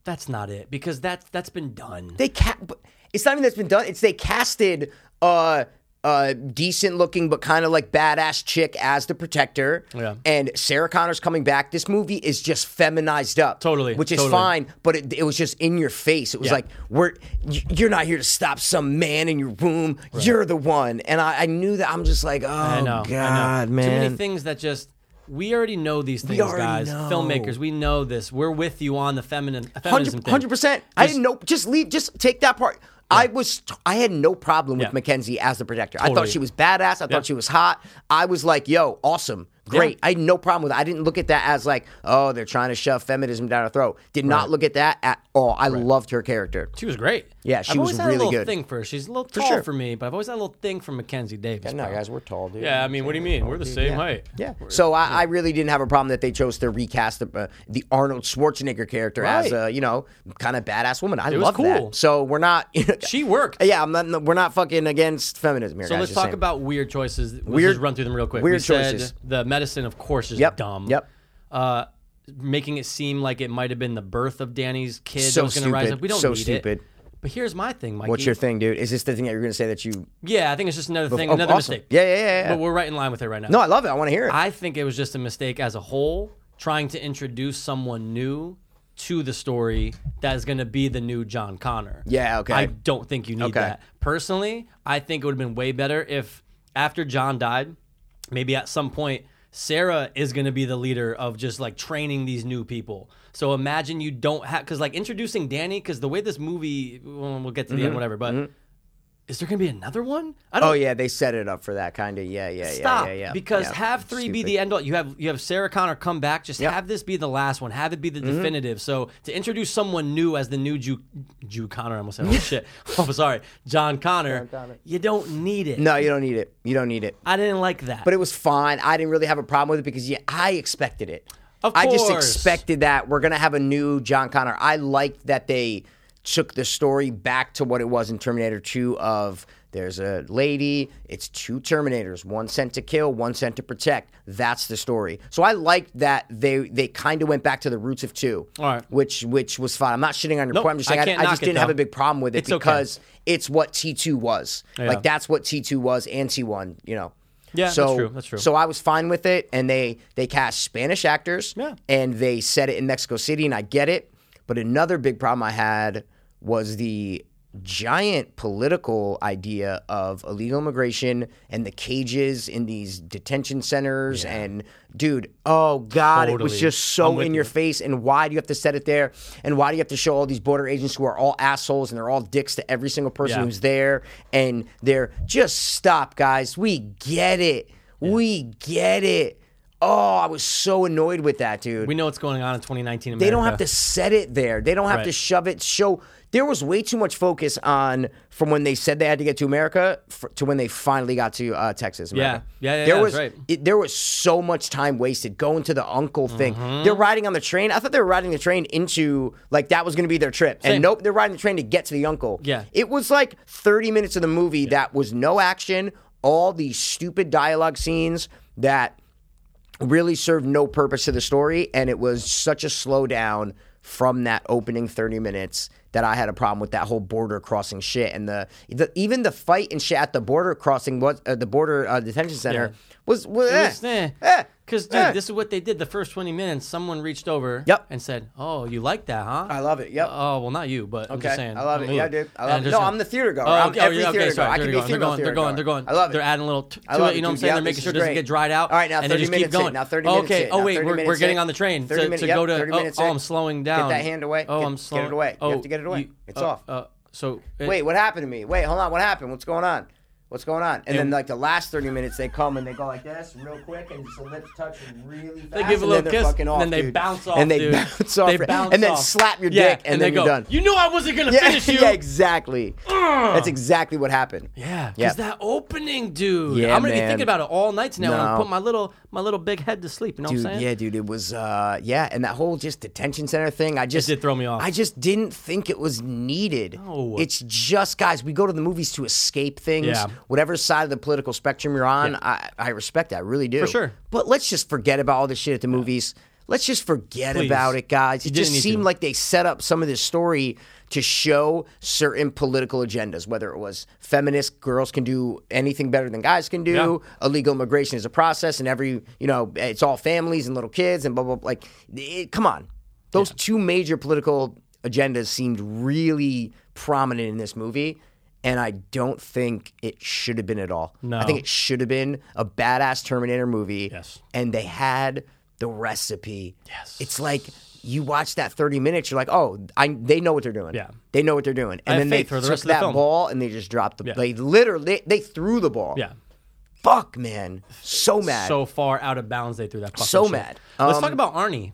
B: that's not it because that's that's been done.
A: they ca- but it's not even that's been done. It's they casted uh uh decent looking but kind of like badass chick as the protector.
B: Yeah.
A: And Sarah Connor's coming back. This movie is just feminized up.
B: Totally,
A: Which is
B: totally.
A: fine, but it, it was just in your face. It was
B: Yeah.
A: like we're y- you're not here to stop some man in your womb. You're the one. And I, I knew that I'm just like, oh
B: I know.
A: God,
B: I know.
A: man.
B: Too many things that just we already know these things,
A: already
B: guys.
A: know.
B: Filmmakers, we know this. We're with you on the feminine feminism thing.
A: Hundred percent. I didn't know. Just leave. Just take that part. I was I had no problem with
B: Yeah.
A: Mackenzie as the protector. I thought
B: Totally.
A: she was badass. I thought she was hot. I was like, yo, awesome. Great. I had no problem with it. I didn't look at that as like, oh, they're trying to shove feminism down our throat. Did not look at that at all. I loved her character.
B: She was great.
A: Yeah, she
B: I've
A: was
B: always had
A: really
B: a little
A: good.
B: Thing for her. She's a little tall for,
A: sure.
B: me, but I've always had a little thing for Mackenzie Davis.
A: No,
B: bro.
A: guys, we're tall, dude.
B: Yeah, I mean, what do you mean? We're the same
A: yeah.
B: height.
A: Yeah. So I, I really didn't have a problem that they chose to recast the, uh, the Arnold Schwarzenegger character as
B: Right.
A: a you know kind of badass woman. I
B: was
A: love
B: cool.
A: that. So we're not. (laughs)
B: She worked.
A: Uh, yeah, I'm not. We're not fucking against feminism here.
B: So
A: guys,
B: let's
A: just
B: talk
A: saying.
B: about weird choices. Let's
A: Weird-
B: just run through them real quick.
A: weird
B: we said
A: choices.
B: The medicine, of course, is
A: Yep,
B: dumb.
A: yep.
B: Uh, making it seem like it might have been the birth of Danny's kid
A: So
B: that was going to rise
A: stupid,
B: up. We don't
A: so
B: need
A: stupid.
B: it. But here's my thing, Mikey.
A: What's your thing, dude? Is this the thing that you're going to say that you?
B: Yeah, I think it's just another thing,
A: oh,
B: another
A: awesome.
B: mistake.
A: Yeah, yeah, yeah, yeah.
B: But we're right in line with it right now.
A: No, I love it. I want to hear it.
B: I think it was just a mistake as a whole, trying to introduce someone new to the story that is going to be the new John Connor.
A: Yeah, okay.
B: I don't think you need
A: Okay.
B: that. Personally, I think it would have been way better if after John died, maybe at some point, Sarah is going to be the leader of just like training these new people. So imagine you don't have, because like introducing Danny, because the way this movie, well, we'll get to the
A: Mm-hmm.
B: end, whatever, but. Is there going to be another one? I don't
A: oh yeah, they set it up for that kind of. Yeah, yeah,
B: Stop.
A: yeah, yeah, yeah.
B: Because
A: Yeah.
B: have three be
A: Stupid.
B: the end all. You have you have Sarah Connor come back. Just have this be the last one. Have it be the
A: Mm-hmm.
B: definitive. So to introduce someone new as the new Jew, Jew Connor, I almost said oh shit. (laughs) I'm sorry, John Connor. You don't need it.
A: No, you don't need it. You don't need it.
B: I didn't like that.
A: But it was fine. I didn't really have a problem with it because yeah, I expected it.
B: Of
A: I just
B: course.
A: expected that we're gonna have a new John Connor. I liked that they took the story back to what it was in Terminator 2 of there's a lady, it's two Terminators, one sent to kill, one sent to protect. That's the story. So I liked that they they kind of went back to the roots of two.
B: All right.
A: Which which was fine. I'm not shitting on your
B: Nope,
A: point. I'm just
B: I
A: saying I,
B: can't
A: I
B: knock
A: just
B: it,
A: didn't have
B: though.
A: a big problem with it
B: It's okay.
A: because it's what T2 was.
B: Yeah.
A: Like that's what T2 was and T1, you know.
B: Yeah, that's
A: so,
B: true, that's true.
A: So I was fine with it, and they they cast Spanish actors,
B: Yeah.
A: and they set it in Mexico City, and I get it. But another big problem I had was the giant political idea of illegal immigration and the cages in these detention centers and dude oh god it was
B: Totally.
A: just so in your face and why do you have to set it there and why do you have to show all these border agents who are all assholes and they're all dicks to every single person
B: Yeah.
A: who's there and they're just stop guys we get it we get it oh i was so annoyed with that dude
B: we know what's going on in 2019. America.
A: they don't have to set it there they don't have to
B: Right.
A: shove it show there was way too much focus on from when they said they had to get to america fr to when they finally got to uh, texas America.
B: Yeah, yeah, yeah,
A: there
B: yeah,
A: was
B: that's right.
A: it, there was so much time wasted going to the uncle thing.
B: Mm-hmm.
A: They're riding on the train. I thought they were riding the train into like that was going to be their trip,
B: Same.
A: and nope, they're riding the train to get to the uncle.
B: Yeah.
A: it was like thirty minutes of the movie that was no action. All these stupid dialogue scenes that really served no purpose to the story, and it was such a slowdown from that opening thirty minutes that I had a problem with that whole border crossing shit and the, the even the fight and shit at the border crossing was uh, the border uh, detention center was was, eh. Eh.
B: Because dude,
A: Eh.
B: this is what they did. The first 20 minutes, someone reached over
A: Yep.
B: and said, "Oh, you like that, huh?"
A: I love it. Yep.
B: Oh well, not you, but I'm
A: Okay.
B: just saying.
A: I love
B: I'm
A: it. Yeah,
B: moved.
A: dude. I
B: And
A: love it.
B: just
A: No,
B: gonna-
A: I'm the theater goer.
B: Oh,
A: I'm
B: okay,
A: every
B: okay,
A: theater
B: sorry,
A: goer. I
B: there
A: can
B: you
A: be a
B: go.
A: female
B: They're
A: theater
B: going. They're
A: goer.
B: going. They're going.
A: I love it.
B: They're adding a little t-
A: I
B: to
A: love
B: it. You
A: it,
B: know what I'm
A: dude.
B: saying?
A: Yeah,
B: They're
A: this
B: making
A: is
B: sure it doesn't
A: great.
B: get dried out.
A: All right, now
B: and they
A: 30
B: just keep
A: minutes in.
B: going.
A: Now 30
B: okay.
A: minutes in.
B: Oh
A: Now
B: wait,
A: 30
B: we're, we're
A: minutes
B: getting
A: in.
B: on the train.
A: 30
B: So-
A: minutes,
B: to
A: yep,
B: go to.
A: 30
B: oh,
A: minutes
B: oh,
A: in.
B: I'm slowing
A: Get
B: down.
A: that hand away.
B: Oh,
A: Get-
B: I'm
A: get it
B: slowing.
A: away. You
B: Oh,
A: have to get it away. It's
B: uh,
A: off.
B: uh, So it-
A: Wait, what happened to me? Wait, hold on. What happened? What's going on? What's going on? And, then like the last thirty minutes, they come and they go like this, real quick, and just the lips touch really fast.
B: They give a
A: and
B: little
A: then they're
B: kiss,
A: fucking
B: and
A: off,
B: then they
A: dude.
B: bounce off,
A: and they
B: dude.
A: bounce off,
B: They
A: right-
B: bounce
A: and then
B: off.
A: slap your
B: Yeah,
A: dick, and, then
B: they go,
A: you're done.
B: You knew I wasn't gonna
A: yeah,
B: finish you.
A: (laughs) yeah, exactly. That's exactly what happened.
B: Yeah, because
A: Yeah.
B: that opening, dude.
A: Yeah,
B: I'm gonna be
A: man.
B: thinking about it all nights now, and I'm
A: No.
B: putting my little my little big head to sleep. You know
A: Dude,
B: what I'm saying?
A: yeah, dude, it was, uh, yeah, and that whole just detention center thing, I just
B: did throw me off.
A: I just didn't think it was needed.
B: No.
A: It's just, guys, we go to the movies to escape things.
B: Yeah.
A: Whatever side of the political spectrum you're on, I, I respect that, I really do. For
B: sure.
A: But let's just forget about all this shit at the movies. Let's just forget
B: Please.
A: about it, guys.
B: You
A: It
B: didn't
A: just
B: need to.
A: seemed like they set up some of this story to show certain political agendas, whether it was feminist, girls can do anything better than guys can do, illegal immigration is a process, and every, you know, it's all families and little kids and blah, blah, blah. Like, it, come on. Those two major political agendas seemed really prominent in this movie. And I don't think it should have been at all.
B: No.
A: I think it should have been a badass Terminator movie.
B: Yes.
A: And they had the recipe.
B: Yes.
A: It's like you watch that 30 minutes, you're like, oh, I, they know what they're doing.
B: Yeah.
A: They know what they're doing.
B: have
A: And then they
B: faith for the
A: took
B: rest of the
A: that
B: film.
A: ball and they just dropped the
B: Yeah.
A: They literally, they, they threw the ball.
B: Yeah.
A: Fuck, man. So mad.
B: So far out of bounds they threw that fucking
A: So
B: shit.
A: mad.
B: Let's
A: Um,
B: talk about Arnie.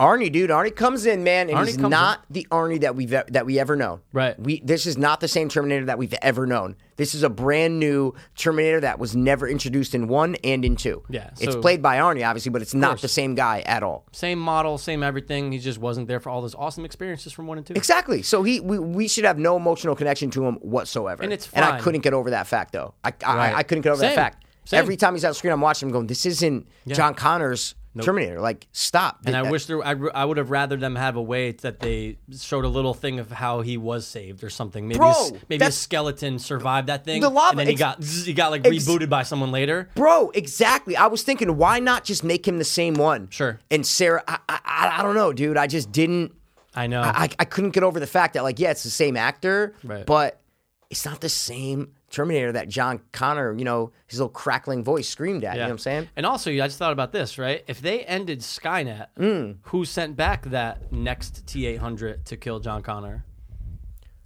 A: Arnie, dude, Arnie comes in, man, and
B: Arnie
A: he's
B: comes
A: not the Arnie that we've e- that we ever known.
B: Right.
A: We this is not the same Terminator that we've ever known. This is a brand new Terminator that was never introduced in one and in two.
B: Yeah,
A: it's
B: so-
A: played by Arnie, obviously, but it's not the same guy at all.
B: Same model, same everything. He just wasn't there for all those awesome experiences from one and two.
A: Exactly. So he we, we should have no emotional connection to him whatsoever.
B: And it's
A: and I
B: fine.
A: couldn't get over that fact though. I I,
B: Right.
A: I couldn't get over that
B: Same.
A: fact.
B: Same.
A: Every time he's on screen, I'm watching him going, "This isn't John Connor's Terminator." Like, stop.
B: And I wish there, I, I would have rather them have a way that they showed a little thing of how he was saved or something. Maybe a s-
A: Bro,
B: maybe a
A: that's-
B: skeleton survived that thing,
A: The lava-
B: and then he
A: ex-
B: got zzz, he got like
A: ex-
B: rebooted by someone later.
A: Bro, exactly. I was thinking, why not just make him the same one?
B: Sure.
A: And Sarah, I, I, I don't know, dude. I just didn't.
B: I know.
A: I, I couldn't get over the fact that, like, yeah, it's the same actor,
B: Right.
A: but it's not the same Terminator that John Connor, you know, his little crackling voice screamed at. You know what I'm saying?
B: And also, I just thought about this, right? If they ended Skynet,
A: Hmm.
B: who sent back that next T eight hundred to kill John Connor?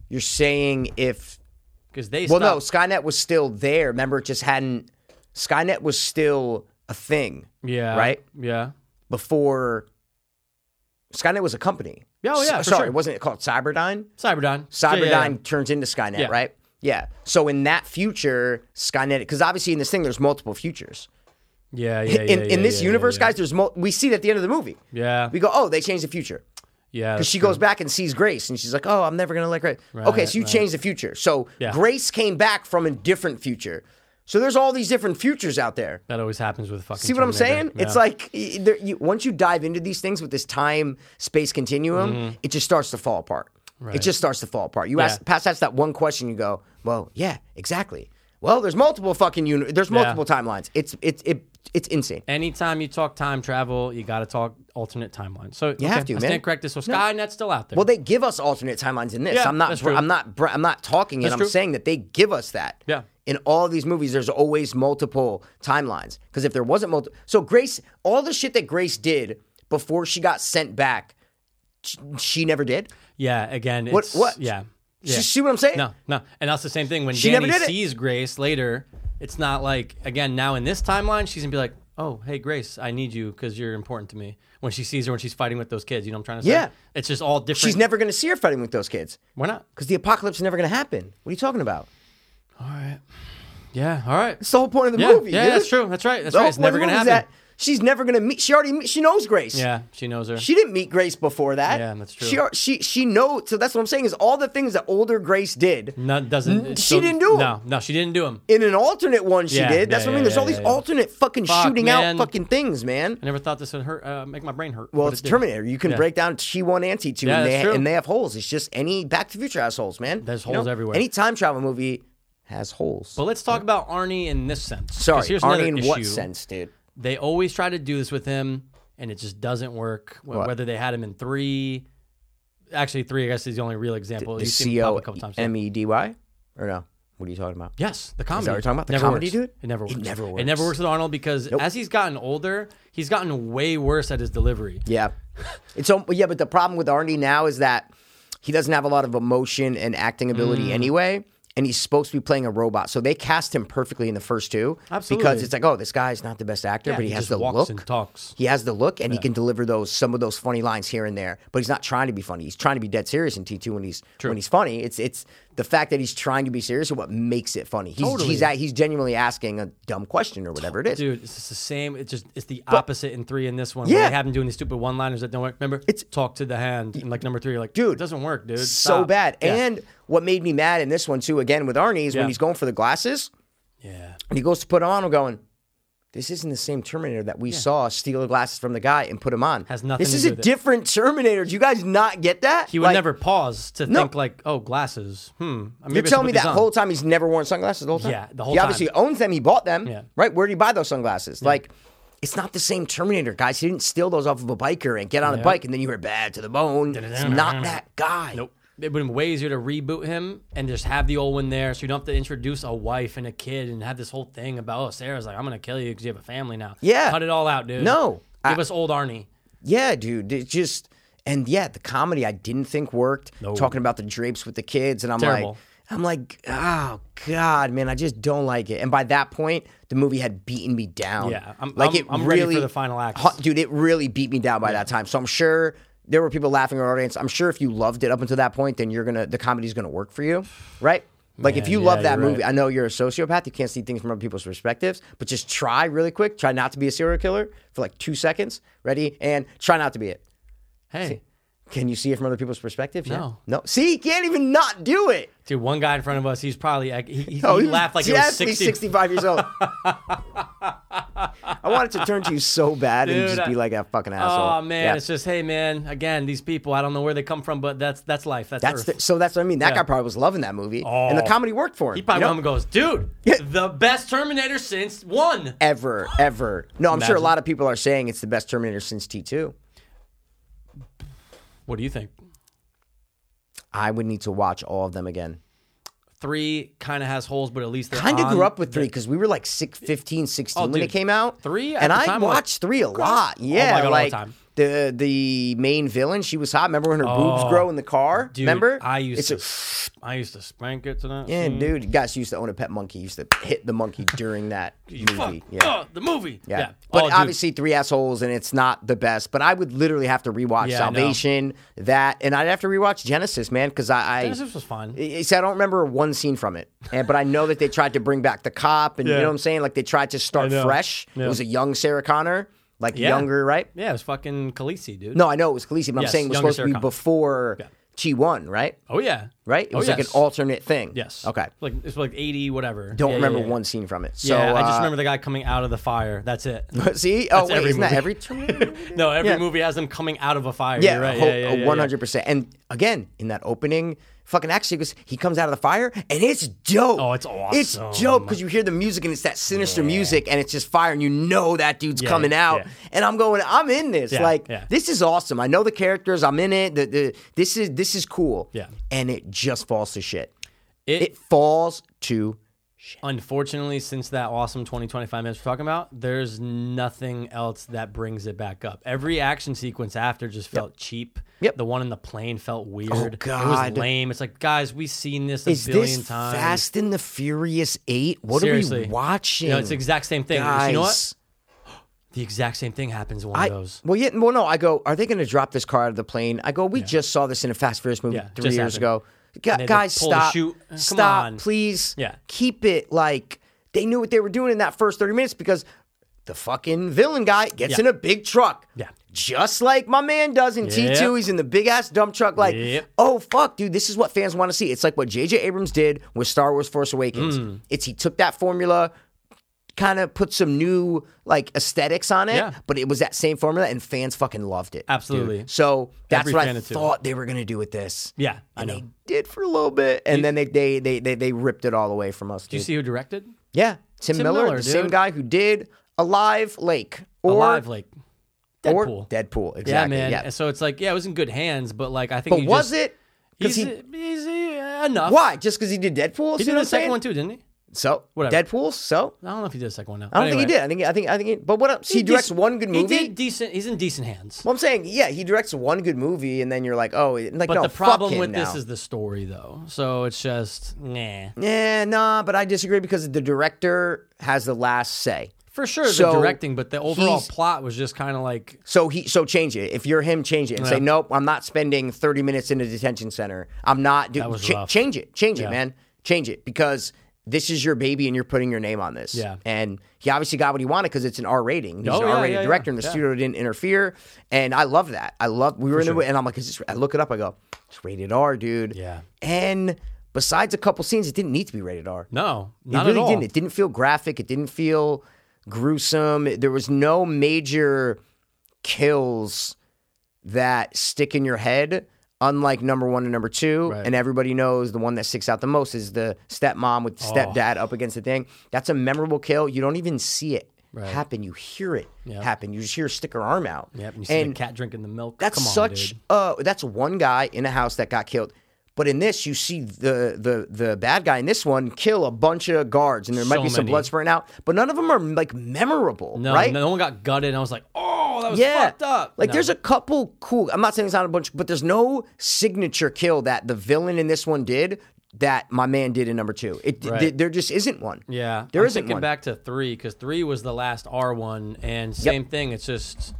A: You're saying if
B: Because they
A: well, no,
B: stopped,
A: Skynet was still there. Remember, it just hadn't. Skynet was still a thing.
B: yeah,
A: Right.
B: yeah,
A: Before. Skynet was a company.
B: Yeah, oh, yeah, for
A: sorry,
B: sure.
A: wasn't it called Cyberdyne?
B: Cyberdyne, Yeah,
A: Cyberdyne
B: yeah, yeah.
A: turns into Skynet,
B: Yeah.
A: right? Yeah. So in that future, Skynet, because obviously in this thing, there's multiple futures.
B: yeah, yeah, yeah,
A: In,
B: yeah,
A: in this
B: yeah,
A: universe,
B: yeah.
A: guys, there's mul- we see it at the end of the movie.
B: Yeah.
A: We go, oh, they changed the future.
B: yeah,
A: Because she goes back and sees Grace, and she's like, "Oh, I'm never gonna let Grace." okay,
B: Right,
A: so you
B: right.
A: changed the future. So
B: Yeah.
A: Grace came back from a different future. So there's all these different futures out there.
B: that always happens with fucking.
A: See what I'm
B: Terminator.
A: saying? It's
B: Yeah.
A: like y- there, you, once you dive into these things with this time space continuum,
B: Mm-hmm.
A: it just starts to fall apart. It just starts to fall apart. You ask past that's that one question, you go, well, yeah, exactly. Well, there's multiple fucking uni- there's multiple timelines. It's it's it, it's insane.
B: Anytime you talk time travel, you got to talk alternate timeline. So you
A: have to,
B: I
A: man.
B: Stand corrected. So Skynet's still out there.
A: Well, they give us alternate timelines in this.
B: Yeah,
A: I'm not
B: that's
A: br-
B: true.
A: I'm not br- I'm not talking it. I'm
B: true.
A: saying that they give us that.
B: Yeah.
A: In all these movies, there's always multiple timelines. Because if there wasn't multiple, so Grace, all the shit that Grace did before she got sent back, sh- she never did.
B: yeah, again, it's,
A: What- what?
B: Yeah,
A: She-
B: yeah.
A: See what I'm saying?
B: no, no, and that's the same thing when
A: She never
B: Danny
A: did it.
B: sees Grace later. It's not like again now in this timeline she's gonna be like, oh hey Grace, I need you because you're important to me. When she sees her when she's fighting with those kids, you know what I'm trying to say?
A: Yeah.
B: it's just all different.
A: She's never going to see her fighting with those kids
B: Why not?
A: because the apocalypse is never going to happen. What are you talking about?
B: All right. Yeah. All right.
A: It's the whole point of the
B: Yeah.
A: movie.
B: yeah.
A: dude.
B: That's true. That's right. That's
A: The
B: right.
A: whole
B: It's
A: point of
B: never
A: the
B: gonna
A: movie is
B: happen.
A: That she's never going to meet. She already she knows Grace.
B: Yeah. She knows her.
A: She didn't meet Grace before that.
B: Yeah, that's true.
A: She al- she she knows. So that's what I'm saying is all the things that older Grace did
B: no, doesn't.
A: She
B: it's still-
A: didn't do 'em.
B: No. No. She didn't do him.
A: in an alternate one. She
B: Yeah,
A: did. That's
B: yeah,
A: what I mean.
B: yeah,
A: There's all
B: yeah,
A: these
B: yeah.
A: alternate fucking
B: Fuck,
A: shooting out
B: man.
A: fucking things, man.
B: I never thought this would hurt. Uh, make my brain hurt.
A: Well,
B: but
A: it's
B: it did.
A: Terminator. You can
B: Yeah.
A: break down T1 and T2,
B: Yeah,
A: and,
B: that's
A: they,
B: true.
A: and they have holes. It's just any Back to the Future has holes, man.
B: There's
A: You
B: holes
A: know,
B: everywhere.
A: Any time travel movie has holes.
B: But let's talk about Arnie in this sense. 'cause
A: Sorry,
B: here's another
A: Arnie, in what
B: issue.
A: sense, dude?
B: They always try to do this with him, and it just doesn't work. Wh- Whether they had him in three, actually three, I guess is the only real example.
A: The
B: You've
A: C
B: seen him pop
A: O
B: a couple times.
A: M E D Y, or no? What are you talking about?
B: Yes, the comedy.
A: what you're talking about? The
B: never
A: comedy,
B: works.
A: dude?
B: It never
A: It
B: works.
A: never
B: It never
A: works.
B: works with Arnold because as he's gotten older, he's gotten way worse at his delivery.
A: Yeah, it's so yeah. But the problem with Arnie now is that he doesn't have a lot of emotion and acting ability
B: Mm.
A: anyway, and he's supposed to be playing a robot. So they cast him perfectly in the first two, because
B: Absolutely.
A: it's like, oh, this guy's not the best actor, but he, has
B: just
A: the
B: walks
A: look.
B: and talks.
A: He has the look, and he can deliver those some of those funny lines here and there. But he's not trying to be funny. He's trying to be dead serious in T two when he's when he's funny. It's it's the fact that he's trying to be serious is what makes it funny. He's
B: Totally.
A: he's at, he's genuinely asking a dumb question or whatever it is.
B: Dude, it's just the same. It's just it's the opposite in three in this one.
A: Yeah.
B: where they have him doing these stupid one-liners that don't work. Remember, it's talk to the hand and like number three. You're like,
A: Dude,
B: it doesn't work, dude.
A: so
B: Stop.
A: bad.
B: Yeah.
A: And what made me mad in this one too, again with Arnie, is when
B: Yeah.
A: he's going for the glasses
B: yeah,
A: and he goes to put 'em on. I'm going, this isn't the same Terminator that we saw steal the glasses from the guy and put him on.
B: Has nothing
A: This
B: to
A: is
B: do
A: a
B: with it.
A: different Terminator. Do you guys not get that?
B: he would
A: Like,
B: never pause to
A: No.
B: think like, oh, glasses. Hmm. Maybe I
A: You're
B: should
A: telling
B: put
A: me
B: these
A: that
B: on.
A: whole time he's never worn sunglasses the whole time?
B: Yeah, the whole
A: He obviously owns them. He bought them.
B: Yeah.
A: Right? Where did he buy those sunglasses? Like, it's not the same Terminator, guys. He didn't steal those off of a biker and get on a bike and then you were bad to the bone. It's not that guy.
B: Nope. It would have been way easier to reboot him and just have the old one there, so you don't have to introduce a wife and a kid and have this whole thing about oh Sarah's like I'm gonna kill you because you have a family now.
A: Yeah.
B: cut it all out, dude.
A: No.
B: give us old Arnie.
A: Yeah, dude. It just And yeah, the comedy I didn't think worked.
B: No.
A: Talking about the drapes with the kids, and I'm
B: Terrible.
A: like, I'm like, oh god, man, I just don't like it. And by that point, the movie had beaten me down.
B: Yeah, I'm- I'm- I'm ready for the final act.
A: Hu- dude. It really beat me down by that time. So I'm sure there were people laughing in our audience. I'm sure if you loved it up until that point, then you're gonna the comedy's gonna work for you, right? Like if
B: Man,
A: you
B: yeah,
A: love that
B: you're
A: movie,
B: right.
A: I know you're a sociopath. You can't see things from other people's perspectives, but just try really quick. Try not to be a serial killer for like two seconds. Ready and try not to be it.
B: Hey,
A: Can you see it from other people's perspective? Yeah.
B: No.
A: No. See, he can't even not do it.
B: dude, one guy in front of us, he's probably like- he, he,
A: (laughs) Oh,
B: he laughed like he was
A: definitely
B: 60.
A: 65 years
B: (laughs)
A: old. I wanted to turn to you so bad and
B: Dude,
A: just be
B: I-
A: like a fucking asshole.
B: Oh man,
A: Yeah.
B: it's just hey man, again these people, I don't know where they come from, but that's that's life. That's,
A: that's
B: earth.
A: the, so. That's what I mean. That
B: Yeah.
A: guy probably was loving that movie, and the
B: Oh.
A: comedy worked for him.
B: He probably
A: you know?
B: went home and goes, dude,
A: Yeah.
B: the best Terminator since one.
A: ever, ever. No, I'm sure a
B: Imagine.
A: lot of people are saying it's the best Terminator since T2.
B: What do you think?
A: I would need to watch all of them again.
B: Three kind of has holes, but at least they're
A: Kind of
B: on
A: grew up with three because we were like six, 15, 16
B: Oh,
A: when it
B: dude.
A: came out.
B: Three at
A: and
B: the
A: I
B: time, like,
A: watched three a lot.
B: Oh
A: Yeah,
B: my God, all the
A: like
B: time.
A: the the main villain, she was hot. Remember when her boobs
B: Oh,
A: grow in the car?
B: Dude,
A: Remember?
B: I used
A: It's
B: to, Mm.
A: a-
B: I used to spank it to that.
A: Yeah,
B: scene.
A: dude, you guys used to own a pet monkey. Used to hit the monkey during that
B: You
A: movie.
B: fuck,
A: Yeah.
B: uh, the movie. Yeah,
A: Yeah. But
B: Oh, dude.
A: obviously, three assholes, and it's not the best. But I would literally have to rewatch
B: Yeah, I know.
A: Salvation, that, and I'd have to rewatch Genesis, man, because I, I
B: Genesis was fun.
A: I- See, I don't remember one scene from it, and, but I know that they tried to bring back the cop, and you
B: Yeah.
A: know what I'm saying. Like they tried to start
B: know.
A: fresh. It
B: Yeah.
A: was a young Sarah Connor, like
B: Yeah.
A: younger, right?
B: yeah, it was fucking Khaleesi, dude.
A: No, I know it was Khaleesi, but I'm
B: Yes,
A: saying it was
B: younger
A: supposed
B: Sarah
A: to be
B: Connor.
A: before T one, right?
B: Oh yeah,
A: Right? It
B: oh,
A: was like
B: yes.
A: an alternate thing.
B: Yes.
A: Okay.
B: Like it's like eighty whatever.
A: Don't
B: Yeah, yeah,
A: remember
B: yeah.
A: one scene from it. So
B: Yeah, I
A: uh,
B: just remember the guy coming out of the fire. That's it.
A: (laughs) See, oh
B: That's
A: wait,
B: every
A: isn't that
B: movie.
A: every
B: (laughs)
A: Terminator?
B: No, every
A: Yeah.
B: movie has them coming out of a fire.
A: Yeah,
B: You're right.
A: whole-
B: yeah, yeah, yeah,
A: uh, 100%. And again, in that opening fucking act sequence, he comes out of the fire and it's dope.
B: Oh, it's
A: It's
B: awesome.
A: dope because you hear the music and it's that sinister music and it's just fire and you know that dude's coming out.
B: yeah.
A: And I'm going, I'm in this.
B: Yeah,
A: like,
B: yeah.
A: this is awesome. I know the characters, I'm in it. The, the, this is this is cool.
B: Yeah.
A: And it just falls to shit.
B: yeah. It,
A: It falls to
B: unfortunately, since that awesome 20, 25 minutes we're talking about, there's nothing else that brings it back up. Every action sequence after just felt cheap.
A: Yep. Oh,
B: The one in the plane felt weird. It
A: God.
B: was lame. It's like, guys, we've seen this a
A: is
B: billion
A: this
B: times.
A: Fast and the Furious 8? What are
B: Seriously.
A: we watching?
B: You know, it's the exact same thing.
A: guys.
B: You know what? The exact same thing happens in one
A: I-
B: of those.
A: Well, yeah, well, no. I go. Are they going to drop this car out of the plane? I go. We just saw this in a Fast Furious movie
B: Yeah,
A: three
B: just
A: years
B: happened.
A: ago. Gu-
B: they had to
A: guys,
B: pull the
A: stop!
B: chute. Come
A: Stop,
B: on.
A: please.
B: Yeah.
A: Keep it like they knew what they were doing in that first thirty minutes because the fucking villain guy gets
B: Yeah.
A: in a big truck.
B: Yeah.
A: Just like my man does in T2,
B: Yep.
A: he's in the big ass dump truck. Like,
B: Yep.
A: oh fuck, dude, this is what fans want to see. It's like what J.J. Abrams did with Star Wars: Force Awakens.
B: Mm.
A: It's he took that formula, kind of put some new like aesthetics on it,
B: Yeah.
A: but it was that same formula and fans fucking loved it. dude.
B: Absolutely.
A: So that's
B: Every
A: what I
B: fan of two.
A: thought they were gonna do with this.
B: Yeah, I
A: And
B: know.
A: they did for a little bit, and then they they they they, they ripped it all away from us.
B: Do you
A: dude.
B: see who directed?
A: yeah, Tim,
B: Tim
A: Miller,
B: Miller,
A: the same
B: dude.
A: guy who did Alive Lake or
B: Alive Lake.
A: or
B: Deadpool.
A: Deadpool,
B: Yeah,
A: exactly.
B: man. So it's like, yeah, it was in good hands, but like I think.
A: But
B: you
A: was
B: just,
A: it? Because
B: He's,
A: he
B: he's, uh, enough.
A: why? Just because he did Deadpool?
B: He
A: See
B: did
A: what
B: the
A: I'm
B: second
A: saying?
B: one too, didn't he?
A: So
B: Whatever.
A: Deadpool. So
B: I don't know if he did the second one now.
A: I don't think he did. I think I think I think. He, but what? else? He, directs one good movie.
B: He did decent. He's in decent hands.
A: Well, I'm saying, yeah, he directs one good movie, and then you're like, oh, it- like
B: But
A: no,
B: the problem
A: fuck him
B: with
A: now.
B: this is the story, though. So it's just nah.
A: yeah, nah, but I disagree because the director has the last say.
B: For sure, the
A: So
B: directing, but the overall
A: he's-
B: plot was just kind of like
A: So he, so change it. If you're him, change it and say, nope, I'm not spending 30 minutes in a detention center. I'm not. Dude,
B: was
A: cha-
B: rough.
A: Change it, change it, man, change it because this is your baby, and you're putting your name on this.
B: Yeah.
A: and he obviously got what he wanted because it's an R rating. He's an
B: Oh, yeah,
A: R rated
B: yeah, yeah,
A: director, and the
B: yeah.
A: studio didn't interfere. And I love that. I love. We were in the and I'm like, is this? I look it up. I go, it's rated R, dude.
B: Yeah.
A: And besides a couple scenes, it didn't need to be rated R.
B: no,
A: It
B: not
A: really
B: at all.
A: didn't. It didn't feel graphic. It didn't feel gruesome. There was no major kills that stick in your head. Unlike number one and number two,
B: Right.
A: and everybody knows the one that sticks out the most is the stepmom with the
B: Oh.
A: stepdad up against the thing. That's a memorable kill. You don't even see it happen. You hear it happen. You just hear her stick her arm out.
B: Yep, you see
A: and
B: the cat drinking the milk.
A: that's
B: Come on,
A: such
B: dude.
A: uh that's one guy in a house that got killed. But in this, you see the the the bad guy in this one kill a bunch of guards, and there might
B: So
A: be some
B: many.
A: blood spraying out, but none of them are like memorable,
B: No,
A: right?
B: no one got gutted. and I was like, oh, that was
A: yeah.
B: fucked up.
A: Like
B: No.
A: there's a couple cool. I'm not saying it's not a bunch, but there's no signature kill that the villain in this one did that my man did in number two. It th-
B: Right.
A: there just isn't one.
B: Yeah,
A: There
B: I'm
A: isn't
B: thinking
A: one.
B: back to three because three was the last R one, and same thing. It's just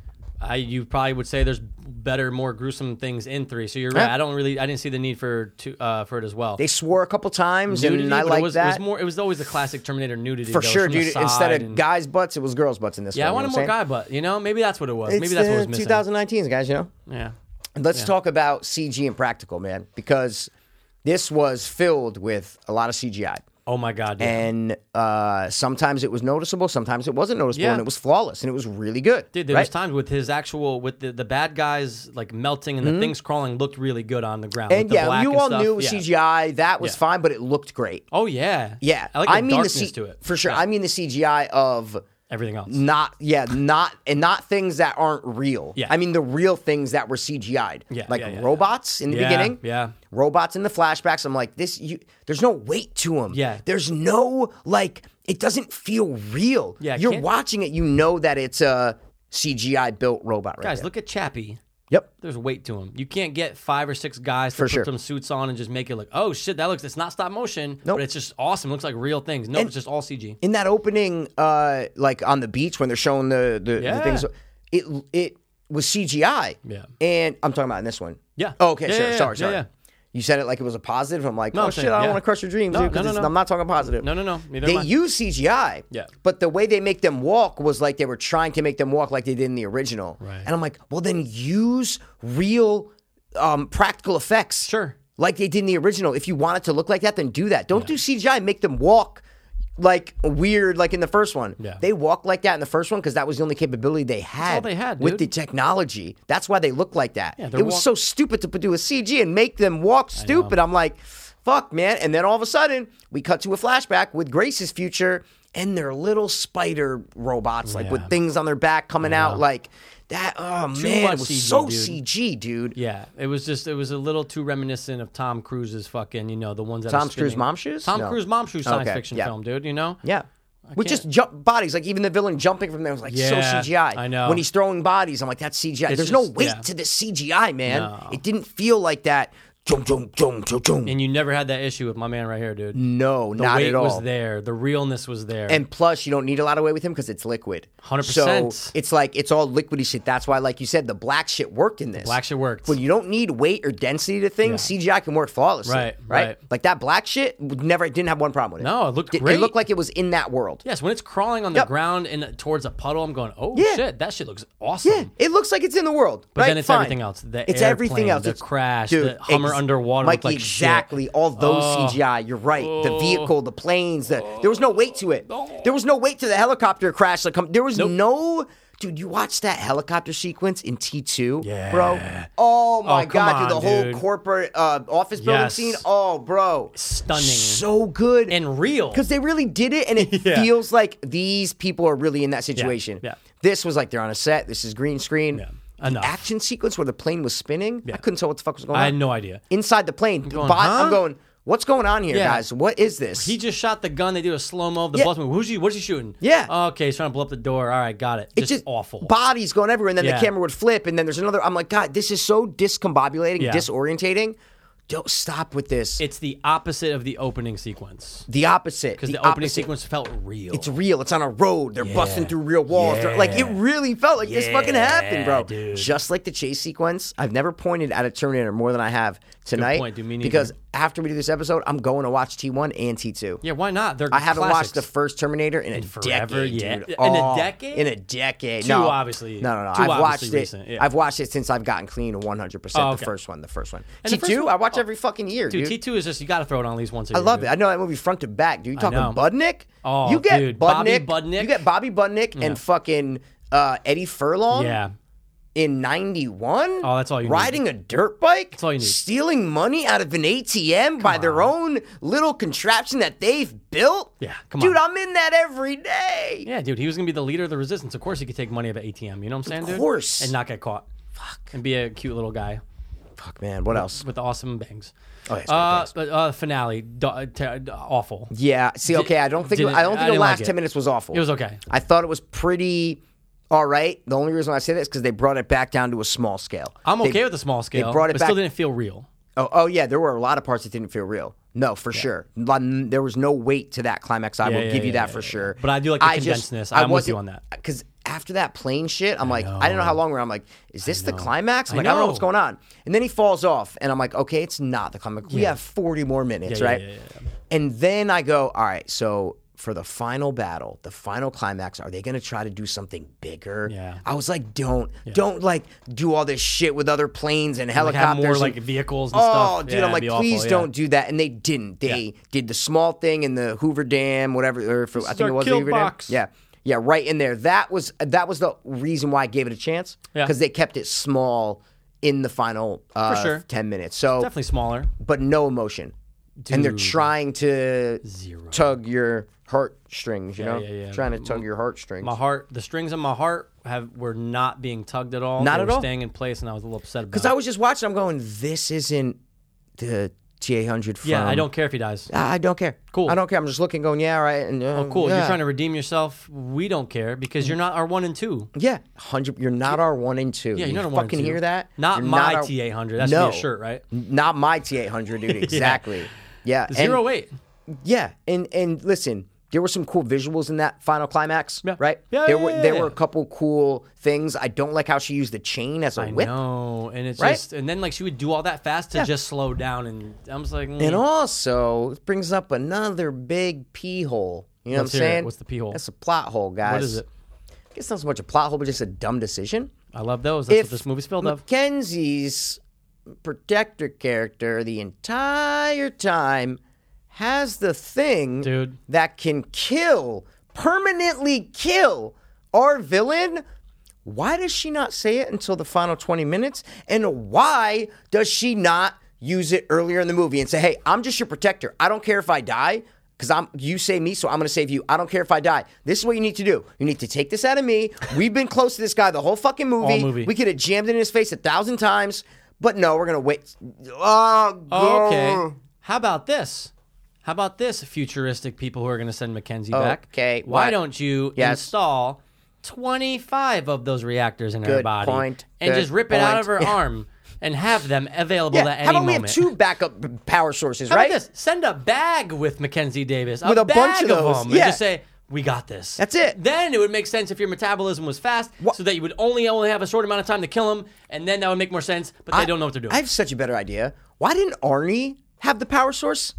B: I you probably would say there's better, more gruesome things in three. So you're right.
A: Yeah.
B: I don't really I didn't see the need for two, uh, for it as well.
A: They swore a couple times,
B: nudity,
A: and I
B: but
A: like
B: it was,
A: that
B: It was more. It was always the classic Terminator nudity
A: for
B: though,
A: sure,
B: from the
A: dude.
B: side
A: Instead of
B: and-
A: guys' butts, it was girls' butts in this.
B: Yeah,
A: one,
B: I wanted
A: you know
B: more
A: what I'm
B: guy butt. You know, maybe that's what it was.
A: saying?
B: maybe that's what was
A: It's
B: missing.
A: the 2019s, guys. You know.
B: Yeah.
A: Let's talk about CG and practical, man, because this was filled with a lot of CGI.
B: Oh my god. Dude.
A: And uh, sometimes it was noticeable, sometimes it wasn't noticeable,
B: Yeah.
A: and it was flawless, and it was really good.
B: Dude, there
A: right?
B: was times with his actual with the, the bad guys like melting and the things crawling looked really good on the ground. with
A: Mm-hmm. and
B: the
A: yeah,
B: black
A: you
B: and
A: all
B: stuff.
A: knew it was
B: Yeah.
A: CGI. That was
B: Yeah.
A: fine, but it looked great.
B: Oh yeah,
A: Yeah,
B: I like the
A: mean
B: darkness
A: the C-
B: to it
A: for Mm, sure.
B: Yeah.
A: I mean the CGI of
B: everything else.
A: not yeah not and not things that aren't real
B: Yeah.
A: i mean the real things that were cgi'd
B: Yeah,
A: like
B: yeah, yeah,
A: robots in the
B: Yeah,
A: beginning
B: yeah.
A: robots in the flashbacks i'm like this you there's no weight to them
B: Yeah.
A: there's no like it doesn't feel real
B: Yeah,
A: you're
B: can't-
A: watching it you know that it's a cgi built robot right
B: Guys,
A: there.
B: look at Chappie.
A: yep
B: There's weight to him. You can't get five or six guys to put
A: sure.
B: some suits on and just make it look. Oh shit, that looks. It's not stop motion,
A: Nope.
B: but it's just awesome. It looks like real things. No, it's just all CG.
A: in that opening uh like on the beach when they're showing the the, the
B: Yeah.
A: things it it was cgi
B: Yeah.
A: and i'm talking about in this one
B: Yeah.
A: oh, okay
B: Yeah,
A: sure
B: yeah,
A: sorry
B: yeah,
A: sorry
B: yeah.
A: you said it like it was a positive i'm like
B: No,
A: oh
B: I'm
A: shit
B: saying,
A: i don't
B: yeah.
A: want to crush your dreams
B: No,
A: dude, 'cause
B: no, no,
A: it's-
B: no.
A: i'm not talking positive
B: No, no, no. Neither
A: they
B: am I.
A: use cgi
B: Yeah.
A: but the way they make them walk was like they were trying to make them walk like they did in the original
B: Right.
A: and i'm like well then use real um practical effects
B: Sure.
A: like they did in the original. If you want it to look like that, then do that. Don't do CGI. Make them walk like weird, like in the first one.
B: Yeah.
A: They walk like that in the first one because that was the only capability they had.
B: they had,
A: with
B: dude.
A: the technology. That's why they look like that.
B: Yeah,
A: it
B: they're
A: was
B: walk-
A: so stupid to do a CG and make them walk stupid. I'm like, fuck, man. And then all of a sudden, we cut to a flashback with Grace's future and their little spider robots, like with
B: Yeah.
A: things on their back coming out, like that. Oh man,
B: much
A: it was
B: CG,
A: so
B: dude.
A: CG, dude.
B: Yeah, it was just it was a little too reminiscent of Tom Cruise's fucking you know the ones that are
A: Tom Cruise
B: spinning.
A: mom shoes?
B: Tom
A: No.
B: Cruise mom shoes science
A: Okay,
B: fiction
A: yeah.
B: film, dude. You know.
A: Yeah. With just jump bodies, like even the villain jumping from there was like so
B: Yeah,
A: CGI.
B: I know.
A: When he's throwing bodies, I'm like, that's CGI. There's no
B: just-
A: weight
B: yeah.
A: to the CGI, man.
B: No.
A: It didn't feel like that. Jump, jump, jump, jump, jump.
B: And you never had that issue with my man right here, dude.
A: no, not
B: Weight
A: at all.
B: was there. The realness was there.
A: And plus, you don't need a lot of weight with him because it's liquid.
B: 100%.
A: So it's like it's all liquidy shit. That's why, like you said, the black shit worked in this.
B: black shit worked.
A: When you don't need weight or density to things, CGI can work flawlessly.
B: Right, right.
A: Like that black shit would never didn't have one problem with it.
B: No, it looked
A: It- It
B: great.
A: looked like it was in that world.
B: Yes, when it's crawling on the
A: Yep.
B: ground and towards a puddle, I'm going, oh
A: Yeah.
B: shit, that shit looks awesome.
A: Yeah, it looks like it's in the world,
B: But
A: right?
B: then it's
A: Fine.
B: everything else. The
A: it's everything
B: airplane,
A: else.
B: the
A: It's-
B: crash,
A: dude,
B: the Hummer underwater
A: Mikey,
B: looked like shit. Oh.
A: exactly. All those CGI. You're right. The vehicle, the planes. The, there was no weight to it. There was no weight to the helicopter crash. That come, there was no. Dude, you watched that helicopter sequence in T two, bro.
B: Yeah.
A: Oh my
B: Oh, come
A: god, dude, the
B: on,
A: whole
B: dude.
A: corporate uh, office building
B: Yes.
A: scene. Oh, bro,
B: Stunning.
A: so good
B: and real.
A: because they really did it, and it
B: (laughs) Yeah.
A: feels like these people are really in that situation.
B: yeah.
A: This was like they're on a set. This is green screen.
B: Yeah,
A: The
B: enough.
A: action sequence where the plane was spinning. I couldn't tell what the fuck was going on.
B: I had no idea.
A: Inside the plane, the
B: going,
A: bot- I'm
B: huh?
A: going. What's going on here,
B: Yeah.
A: guys? What is this?
B: He just shot the gun. They do a slow mo of the
A: Yeah.
B: bullet. Who's he? What's he shooting?
A: Yeah.
B: okay, he's trying to blow up the door. All right, got it.
A: It's
B: Just, awful.
A: Bodies going everywhere, and then
B: Yeah.
A: the camera would flip, and then there's another. I'm like, God, this is so discombobulating,
B: Yeah.
A: disorientating. Don't stop with this.
B: it's the opposite of the opening sequence
A: the opposite.
B: because the, opening
A: opposite.
B: sequence felt real.
A: It's real. It's on a road. They're busting through real walls. They're- Like it really felt like this fucking happened, bro.
B: dude.
A: Just like the chase sequence. I've never pointed at a Terminator more than I have tonight.
B: point, dude. Me neither.
A: because after we do this episode, I'm going to watch T1 and T2.
B: yeah, why not? They're
A: I haven't watched the
B: classics.
A: first Terminator in a
B: forever,
A: decade,
B: yeah.
A: dude.
B: In a
A: Oh,
B: decade?
A: In a decade.
B: Two,
A: no,
B: obviously.
A: No, no, no.
B: Two,
A: I've watched
B: obviously
A: it.
B: recent, yeah.
A: I've watched it since I've gotten clean 100. percent
B: Oh,
A: The
B: okay.
A: first one. The first one.
B: And the first
A: T2.
B: one- Oh.
A: I watch every fucking year, dude.
B: dude. T two is just you got to throw it on at least once.
A: I love it. I know that movie front to back, dude. You talking
B: know.
A: Budnick?
B: Oh,
A: you get
B: dude, Bobby
A: Budnick,
B: Budnick.
A: You get Bobby Budnick and fucking uh, Eddie Furlong.
B: Yeah,
A: In '91.
B: Oh, that's all you need.
A: Riding a dirt bike. That's
B: all you need.
A: Stealing money out of an ATM by their own little contraption that they've built.
B: Yeah, come
A: dude,
B: on.
A: I'm in that every day.
B: yeah, dude. He was gonna be the leader of the resistance. Of course, he could take money out of an ATM. You know what I'm saying, dude?
A: course.
B: and not get caught. Fuck, and be a cute little guy
A: Fuck, man. What else?
B: with awesome bangs.
A: Oh, yeah, it's great
B: uh,
A: bangs.
B: but uh, finale, d- uh, ter- d- awful.
A: Yeah. See, okay. I don't think.
B: didn't-
A: I don't
B: I
A: think the
B: didn't like
A: last
B: it.
A: ten minutes was awful.
B: It was okay.
A: I thought it was pretty all right. The only reason why I say this is because they brought it back down to a small scale.
B: I'm
A: They-
B: okay with the small scale.
A: brought it
B: but still
A: back-
B: didn't feel real.
A: Oh, oh yeah, there were a lot of parts that didn't feel real. No, for sure. Lon- There was no weight to that climax. I will
B: yeah,
A: give you
B: yeah,
A: that
B: yeah,
A: for
B: yeah.
A: sure.
B: But I do like the condensedness. I'm with you on that.
A: Because after that plane shit, I'm like, I, didn't know how long we we're. I'm like, is this the climax? I'm
B: I
A: like, I, don't know
B: know.
A: what's going on. And then he falls off, and I'm like, okay, it's not the climax. We have 40 more minutes,
B: Yeah, yeah,
A: right?
B: yeah, yeah,
A: And then I go, all right, so. For the final battle, the final climax, are they going to try to do something bigger?
B: Yeah.
A: I was like, don't, don't like do all this shit with other planes and
B: Like have
A: helicopters.
B: more
A: and-
B: like vehicles and
A: Oh,
B: stuff.
A: dude,
B: Yeah,
A: I'm
B: it'd
A: like,
B: be awful,
A: please
B: yeah.
A: don't do that. And they didn't. They did the small thing in the Hoover Dam, whatever. Or for, I think
B: our
A: it was the
B: kill
A: Hoover
B: box.
A: Dam. Yeah, yeah, right in there. That was that was the reason why I gave it a chance
B: Yeah.
A: because they kept it small in the final uh,
B: sure.
A: ten minutes. So,
B: Definitely smaller.
A: but no emotion, and they're
B: Dude.
A: trying to
B: Zero.
A: tug your heartstrings. You know,
B: yeah, yeah.
A: trying to tug your heartstrings.
B: My heart, the strings on my heart have were not being tugged at all.
A: Not
B: They
A: at
B: were
A: all.
B: Staying in place, and I was a little upset about.
A: Because I was just watching, I'm going, this isn't the T800 from.
B: it. yeah, I don't care if he dies.
A: I I don't care.
B: Cool. Oh,
A: I don't care. I'm just looking, going, yeah, all right. And, uh,
B: Cool.
A: yeah.
B: You're trying to redeem yourself. We don't care because you're not our one and two.
A: Yeah, hundred. You're not our one and two. Yeah,
B: you're
A: you
B: not our
A: fucking
B: one and two.
A: hear that?
B: Not
A: You're
B: my
A: our-
B: T800. That should
A: no,
B: be a shirt, right?
A: Not my T800,
B: (laughs)
A: dude. Exactly. yeah. and-
B: Zero eight.
A: Yeah, and and listen, there were some cool visuals in that final climax,
B: Yeah.
A: right?
B: Yeah,
A: there
B: yeah,
A: were
B: yeah,
A: there
B: yeah.
A: were a couple cool things. I don't like how she used the chain as a whip.
B: No, and it's
A: Right?
B: just and then like she would do all that fast to just slow down, and I was like,
A: And
B: mm.
A: also, it brings up another big pee hole. You know what
B: Let's hear
A: I'm
B: it.
A: saying?
B: What's the pee hole?
A: That's a plot hole, guys.
B: what is it?
A: I guess not so much a plot hole, but just a dumb decision.
B: I love those. That's
A: if
B: what this movie's filled of.
A: Mackenzie's protector character the entire time has the thing
B: Dude.
A: that can kill, permanently kill our villain. Why does she not say it until the final 20 minutes? And why does she not use it earlier in the movie and say, hey, I'm just your protector. I don't care if I die. Because I'm you save me, so I'm gonna save you. I don't care if I die. This is what you need to do. You need to take this out of me. We've been close to this guy the whole fucking movie.
B: movie.
A: We could have jammed it in his face a thousand times, but no, we're gonna wait. Oh,
B: Oh,
A: grr.
B: okay. How about this? How about this, futuristic people who are going to send Mackenzie back?
A: Okay,
B: Why
A: what?
B: don't you
A: Yes.
B: install 25 of those reactors in her
A: Good
B: body
A: point.
B: and
A: Good
B: just rip it
A: (laughs)
B: out of her
A: point.
B: arm and have them available
A: Yeah.
B: at any
A: How about we
B: moment?
A: have two backup power sources,
B: How
A: right?
B: about this? Send a bag with Mackenzie Davis.
A: With a
B: bag
A: bunch of those,
B: them.
A: yeah.
B: And just say, we got this.
A: That's it.
B: Then it would make sense if your metabolism was fast, so that you would only only have a short amount of time to kill them, and then that would make more sense. But they don't know what they're doing.
A: I have such a better idea. Why didn't Arnie have the power source?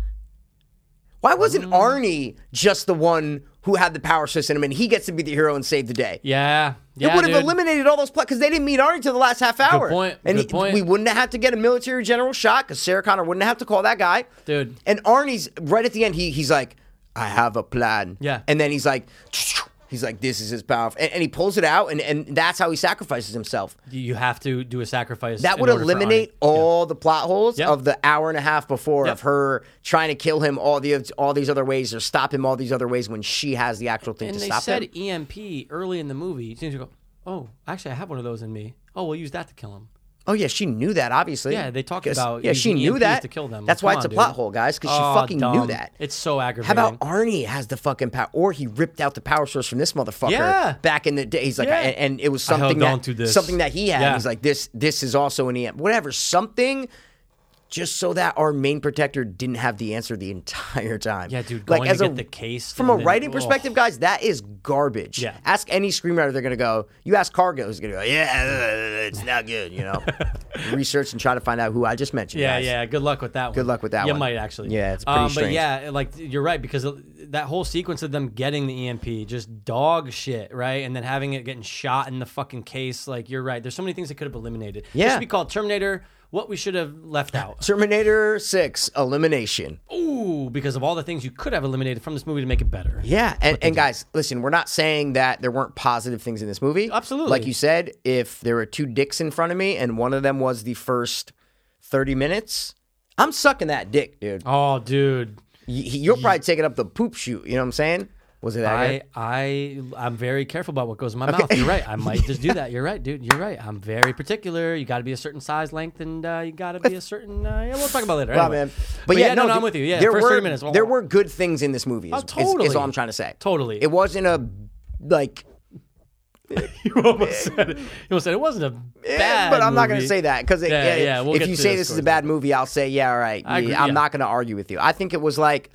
A: Why wasn't
B: Mm.
A: Arnie just the one who had the power source in him, and he gets to be the hero and save the day?
B: yeah, yeah.
A: it would have
B: dude.
A: eliminated all those plots because they didn't meet Arnie till the last half hour.
B: point,
A: And
B: good
A: he-
B: point.
A: we wouldn't have had to get a military general shot because Sarah Connor wouldn't have to call that guy.
B: Dude.
A: And Arnie's right at the end. He he's like, I have a plan.
B: Yeah.
A: And then he's like, he's like, this is his power, and, and he pulls it out, and and that's how he sacrifices himself.
B: you have to do a sacrifice.
A: That
B: in
A: would
B: order for
A: eliminate
B: Ani.
A: all the plot holes
B: Yep.
A: of the hour and a half before
B: Yep.
A: of her trying to kill him all the all these other ways or stop him all these other ways when she has the actual thing
B: And
A: to
B: they
A: stop
B: said
A: him.
B: EMP early in the movie. You think you go, oh, actually, I have one of those in me. Oh, we'll use that to kill him.
A: Oh yeah, she knew that obviously.
B: Yeah, they talked
A: 'Cause-
B: about
A: Yeah, she
B: using
A: knew
B: EMPs
A: that
B: to kill them.
A: That's
B: Come
A: why it's
B: on,
A: a plot
B: dude.
A: hole, guys, because
B: Aw,
A: she fucking knew
B: dumb.
A: that.
B: It's so
A: How
B: aggravating.
A: about Arnie has the fucking power, or he ripped out the power source from this motherfucker
B: Yeah.
A: back in the day. He's like,
B: Yeah.
A: and, and it was
B: I held
A: something
B: on
A: that
B: to this.
A: something that he had.
B: Yeah.
A: He's like, this this is also an EM, whatever, something. Just so that our main protector didn't have the answer the entire time.
B: Yeah, dude, going to get the case
A: from a
B: and then-
A: writing
B: ugh.
A: perspective, guys, that is garbage.
B: Yeah.
A: Ask any screenwriter, they're gonna go. You ask Cargo, who's gonna go? Yeah, uh, it's not good. You know,
B: (laughs)
A: research and try to find out who I just mentioned.
B: Yeah,
A: guys.
B: yeah. Good luck with that one.
A: Good luck with that
B: you
A: one.
B: might actually.
A: Yeah, it's pretty
B: um, But
A: strange.
B: yeah, like you're right because that whole sequence of them getting the EMP, just dog shit, right? And then having it getting shot in the fucking case. Like you're right. There's so many things that could have eliminated. This
A: Yeah.
B: should be called Terminator. What we should have left out.
A: Terminator Six Elimination.
B: Ooh, because of all the things you could have eliminated from this movie to make it better.
A: Yeah, and, and guys, listen, we're not saying that there weren't positive things in this movie.
B: Absolutely.
A: Like you said, if there were two dicks in front of me and one of them was the first 30 minutes, I'm sucking that dick, dude.
B: Oh, dude.
A: You, will probably take it up the poop chute, you know what I'm saying? Was it that
B: I,
A: good?
B: I I'm very careful about what goes in my mouth.
A: (laughs)
B: You're right. I might just do that. You're right, dude. You're right. I'm very particular. You got to be a certain size, length, and uh, you got to be a certain. Uh, yeah, we'll talk about it later.
A: Wow,
B: anyway.
A: man. But, yeah,
B: no, no,
A: th-
B: I'm with you. Yeah,
A: there
B: first
A: were,
B: thirty minutes. Oh,
A: There were good things in this movie. Is, is- is
B: totally.
A: all I'm trying to say.
B: Totally.
A: It wasn't a like
B: (laughs) you almost said it. You almost said it wasn't a
A: Eh,
B: bad.
A: but I'm not going to
B: movie.
A: say that because
B: Yeah, yeah, we'll
A: if
B: get
A: you
B: to
A: say
B: those
A: this is a
B: stories
A: bad movie, I'll say yeah, all right.
B: I agree,
A: I'm
B: yeah.
A: not going to argue with you. I think it was like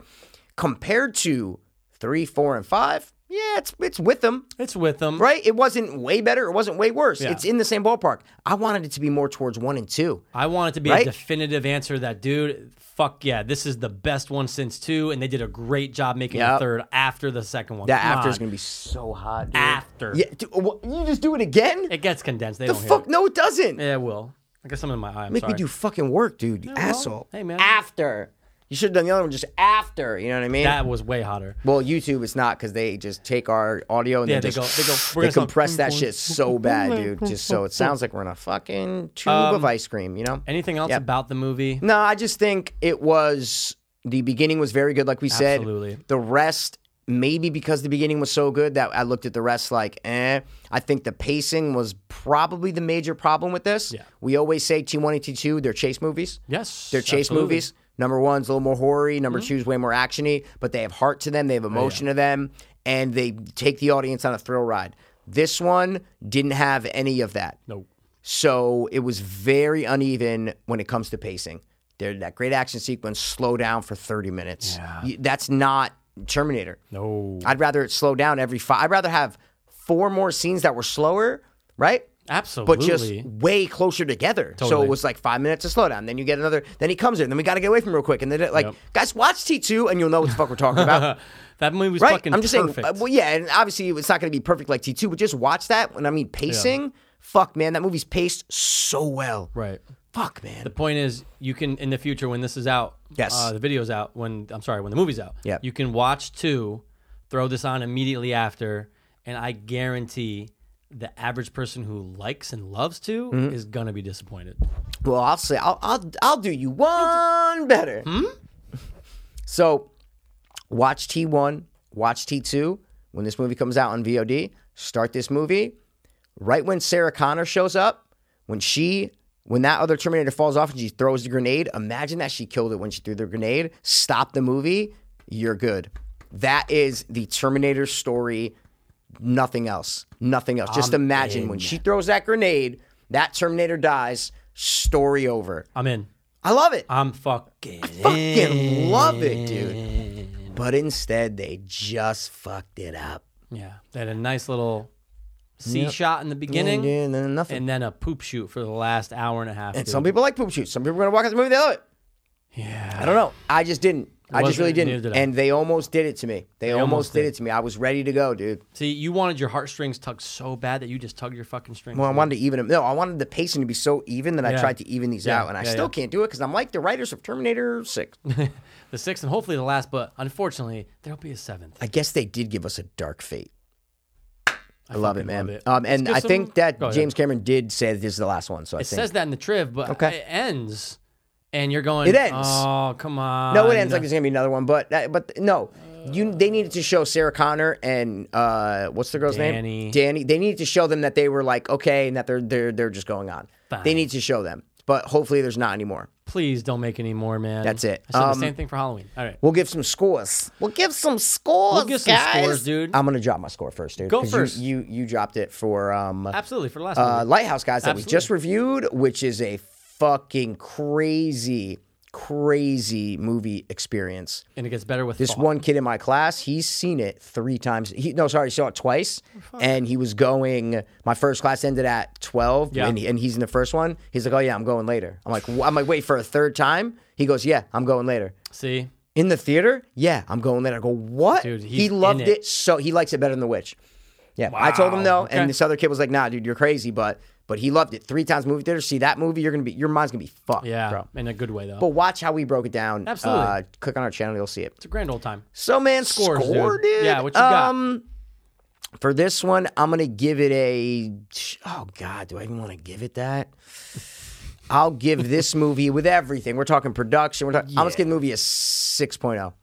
A: compared to three, four, and five. Yeah, it's it's with them,
B: It's with them.
A: right? It wasn't way better. It wasn't way worse.
B: Yeah.
A: It's in the same ballpark. I wanted it to be more towards one and two.
B: I want it to be
A: Right?
B: a definitive answer that, dude, fuck yeah, this is the best one since two, and they did a great job making a
A: Yep.
B: third after the second one.
A: That
B: Come
A: after is
B: on.
A: going to be so hot. Dude.
B: after.
A: Yeah, dude, what, you just do it again?
B: It gets condensed. They
A: The
B: don't
A: fuck?
B: hear
A: No, it doesn't.
B: it. Yeah, it will. I got something in my eye. I'm
A: Make
B: sorry.
A: me do fucking work, dude. You asshole.
B: hey, man.
A: After you should have done the other one just after. You know what I mean?
B: that was way hotter.
A: Well, YouTube it's not because they just take our audio and
B: Yeah,
A: they
B: they
A: just
B: go-
A: (sighs)
B: they go, "We're
A: they
B: gonna sound-
A: compress that shit so bad, dude. Just so it sounds like we're in a fucking tube
B: Um,
A: of ice cream, you know?
B: Anything else
A: Yeah.
B: about the movie?
A: No, I just think it was the beginning was very good, like we said.
B: Absolutely.
A: The rest, maybe because the beginning was so good that I looked at the rest like, eh. I think the pacing was probably the major problem with this.
B: Yeah.
A: We always say T1 and T2, they're chase movies.
B: Yes.
A: They're chase
B: absolutely. Mm-hmm.
A: movies. Number one's a little more hoary. Number two's way more actiony, but they have heart to them. They have
B: Oh,
A: emotion to them, and they take the audience on a thrill ride. This one didn't have any of that,
B: No.
A: so it was very uneven when it comes to pacing. There, that great action sequence slow down for thirty minutes. You- That's not Terminator.
B: No.
A: I'd rather it slow down every five. I'd rather have four more scenes that were slower, right? but
B: Absolutely.
A: just way closer together. So
B: Totally.
A: it was like five minutes of slowdown. Then you get another. Then he comes in. Then we got to get away from him real quick. And then it- like,
B: Yep.
A: guys, watch T two, and you'll know what the fuck we're talking
B: (laughs)
A: about,
B: that movie was
A: right?
B: fucking
A: I'm just
B: perfect.
A: saying. uh, well, yeah, and obviously it's not going to be perfect like T two, but just watch that. When I mean pacing, fuck man, that movie's paced so well.
B: right.
A: Fuck man.
B: The point is, you can in the future when this is out,
A: Yes.
B: uh, the video's out. When I'm sorry, when the movie's out,
A: Yep.
B: you can watch two, throw this on immediately after, and I guarantee the average person who likes and loves two
A: Mm-hmm.
B: is gonna be disappointed.
A: Well, I'll say I'll I'll, I'll do you one better. (laughs) So, watch T one, watch T two. When this movie comes out on VOD, start this movie. Right when Sarah Connor shows up, when she when that other Terminator falls off and she throws the grenade, imagine that she killed it when she threw the grenade. Stop the movie. You're good. That is the Terminator story. Nothing else. Nothing else. Just imagine when she throws that grenade, that Terminator dies. Story over.
B: I'm in.
A: I love it.
B: I'm fucking.
A: Fucking love it, dude. But instead, they just fucked it up.
B: Yeah, they had a nice little C shot in the
A: And
B: beginning,
A: then nothing.
B: and then a poop shoot for the last hour and a half.
A: And
B: dude.
A: some people like poop shoots. Some people are gonna walk out the movie. They love it.
B: yeah,
A: I don't know. I just didn't. I just
B: wasn't-
A: really
B: neither
A: didn't.
B: did I.
A: and they almost did it to me. They, almost,
B: almost
A: did
B: did.
A: it to me. I was ready to go, dude.
B: See, you wanted your heartstrings tugged so bad that you just tugged your fucking strings.
A: Well, I wanted to even them. No, I wanted the pacing to be so even that I
B: Yeah.
A: tried to even these
B: Yeah,
A: out, and I
B: yeah,
A: still
B: yeah.
A: can't do it because I'm like the writers of Terminator Six.
B: the sixth and hopefully the last, but unfortunately, there'll be a seventh.
A: I guess they did give us a dark fate. I, love it,
B: fucking
A: man.
B: love it.
A: Um,
B: Let's
A: and
B: get
A: I
B: some-
A: think that
B: Go ahead.
A: James Cameron did say that this is the last one. So I
B: It
A: think
B: says that in the triv, but
A: Okay.
B: it ends, and you're going.
A: It ends.
B: Oh, come on.
A: No, it ends like there's gonna be another one, but that- but no, you they needed to show Sarah Connor and uh, what's the girl's name?
B: Danny.
A: Danny. They needed to show them that they were like okay, and that they're they're they're just going on. They
B: Fine.
A: need to show them, but hopefully there's not anymore.
B: Please don't make any more, man.
A: That's it.
B: I said
A: Um,
B: the same thing for Halloween. All right.
A: We'll give some scores. We'll give some scores.
B: We'll give some
A: guys. uh,
B: scores, dude.
A: I'm gonna drop my score first, dude.
B: Go
A: 'cause
B: first.
A: You, you you dropped it for um
B: Absolutely for the last
A: uh,
B: movie.
A: Lighthouse Guys that we just reviewed, which is a fucking crazy crazy movie experience.
B: and it gets better with
A: This
B: thought.
A: one kid in my class, he's seen it three times. He, no, sorry, he saw it twice.
B: Oh,
A: And he was going. My first class ended at twelve,
B: Yeah.
A: and, he- and he's in the first one. He's like, "Oh yeah, I'm going later." I'm like, "Wh- "I'm like, wait for a third time." He goes, "Yeah, I'm going later."
B: See,
A: In the theater, yeah, I'm going later. I go, "What?"
B: Dude, he's
A: he loved
B: in
A: it.
B: it.
A: so. He likes it better than the witch. Yeah, I told him no,
B: Okay.
A: and this other kid was like, "Nah, dude, you're crazy." But but he loved it three times. Movie theater, see that movie, you're gonna be your mind's gonna be fucked,
B: yeah,
A: bro.
B: in a good way though.
A: But watch how we broke it down.
B: Absolutely.
A: Uh, click on our channel, you'll see it.
B: it's a grand old time.
A: So man,
B: Scores,
A: score, dude.
B: dude. Yeah, what you got?
A: Um, for this one, I'm gonna give it a. Oh God, do I even want to give it that? I'll give this movie with everything. We're talking production. We're talking. I'm just giving the movie a oh. 6.0.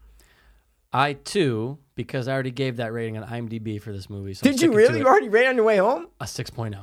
B: I too, because I already gave that rating on IMDb for this movie. So I'm
A: Did you
B: sticking to
A: really?
B: it.
A: You already ran on your way home?
B: a 6.0?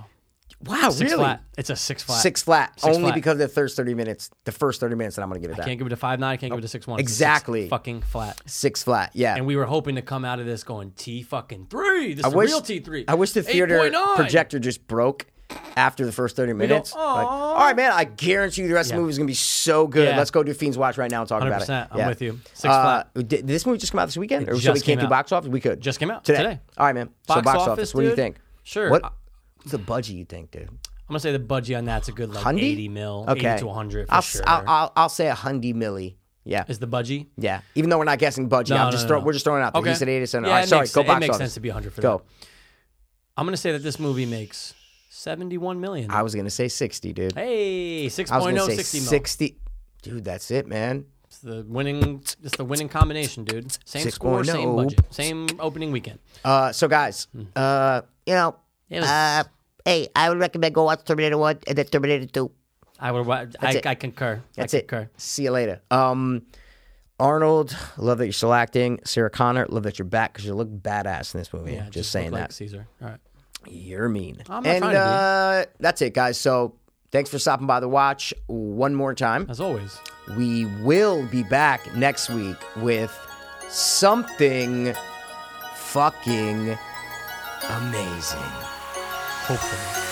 A: Wow,
B: oh. Six
A: really?
B: flat. It's a six flat.
A: Six flat.
B: Six
A: only
B: flat.
A: because of the first 30 minutes, the first 30 minutes that I'm going to give it that.
B: Can't give it a five nine. Can't give it a six one. It's a six
A: Exactly.
B: fucking flat.
A: Six flat. Yeah.
B: And we were hoping to come out of this going T fucking three. This is real T three.
A: I wish the theater
B: 8.9.
A: projector just broke after the first 30 minutes. like,
B: "Aw."
A: all right, man, I guarantee you the rest of the movie is going to be so good.
B: Yeah.
A: Let's go do Fiends Watch right now and talk about it.
B: 100%. I'm with you. Six
A: Uh, Did this movie just come out this weekend? Or so we
B: just
A: can't
B: came
A: do
B: out.
A: box office? We could.
B: Just came out
A: today.
B: today.
A: All right, man. so
B: Box
A: box office,
B: office,
A: what do you
B: dude?
A: think?
B: Sure.
A: What,
B: I-
A: what's the budget you think, dude?
B: I'm gonna say the budgie on that's a good like
A: Hundy?
B: 80 mil,
A: Okay.
B: 80 to 100 for
A: I'll, s-
B: sure.
A: I'll, I'll, I'll say a hundy millie. Yeah.
B: is the budgie?
A: Yeah, even though we're not guessing budget,
B: No,
A: I'm
B: no,
A: just
B: no,
A: throw,
B: no.
A: we're just throwing it out there. He said eighty cent.
B: Yeah,
A: All right,
B: it
A: sorry,
B: makes,
A: go
B: it
A: box
B: makes
A: office.
B: sense to be 100 for
A: go.
B: that. I'm gonna say that this movie makes 71 million.
A: I was gonna say sixty, dude.
B: hey,
A: I was gonna
B: 6.0,
A: say
B: 60 mil.
A: sixty, dude. That's it, man.
B: It's the winning. It's the winning combination, dude. Same score,
A: 6.0.
B: same budget, same opening weekend.
A: Uh, so guys, uh, you know,
B: Hmm. It was-
A: uh, hey, I would recommend go watch Terminator One and then Terminator Two.
B: I would. wa- I,
A: it.
B: I concur.
A: That's
B: I
A: it.
B: concur.
A: See you later. Um, Arnold, love that you're still acting. Sarah Connor, love that you're back because you look badass in this movie.
B: Yeah,
A: just, saying
B: look
A: that.
B: like Caesar. All right.
A: You're mean.
B: I'm not
A: and
B: trying to be.
A: uh, that's it, guys. So thanks for stopping by the watch one more time.
B: As always,
A: We will be back next week with something fucking amazing.
B: hopefully.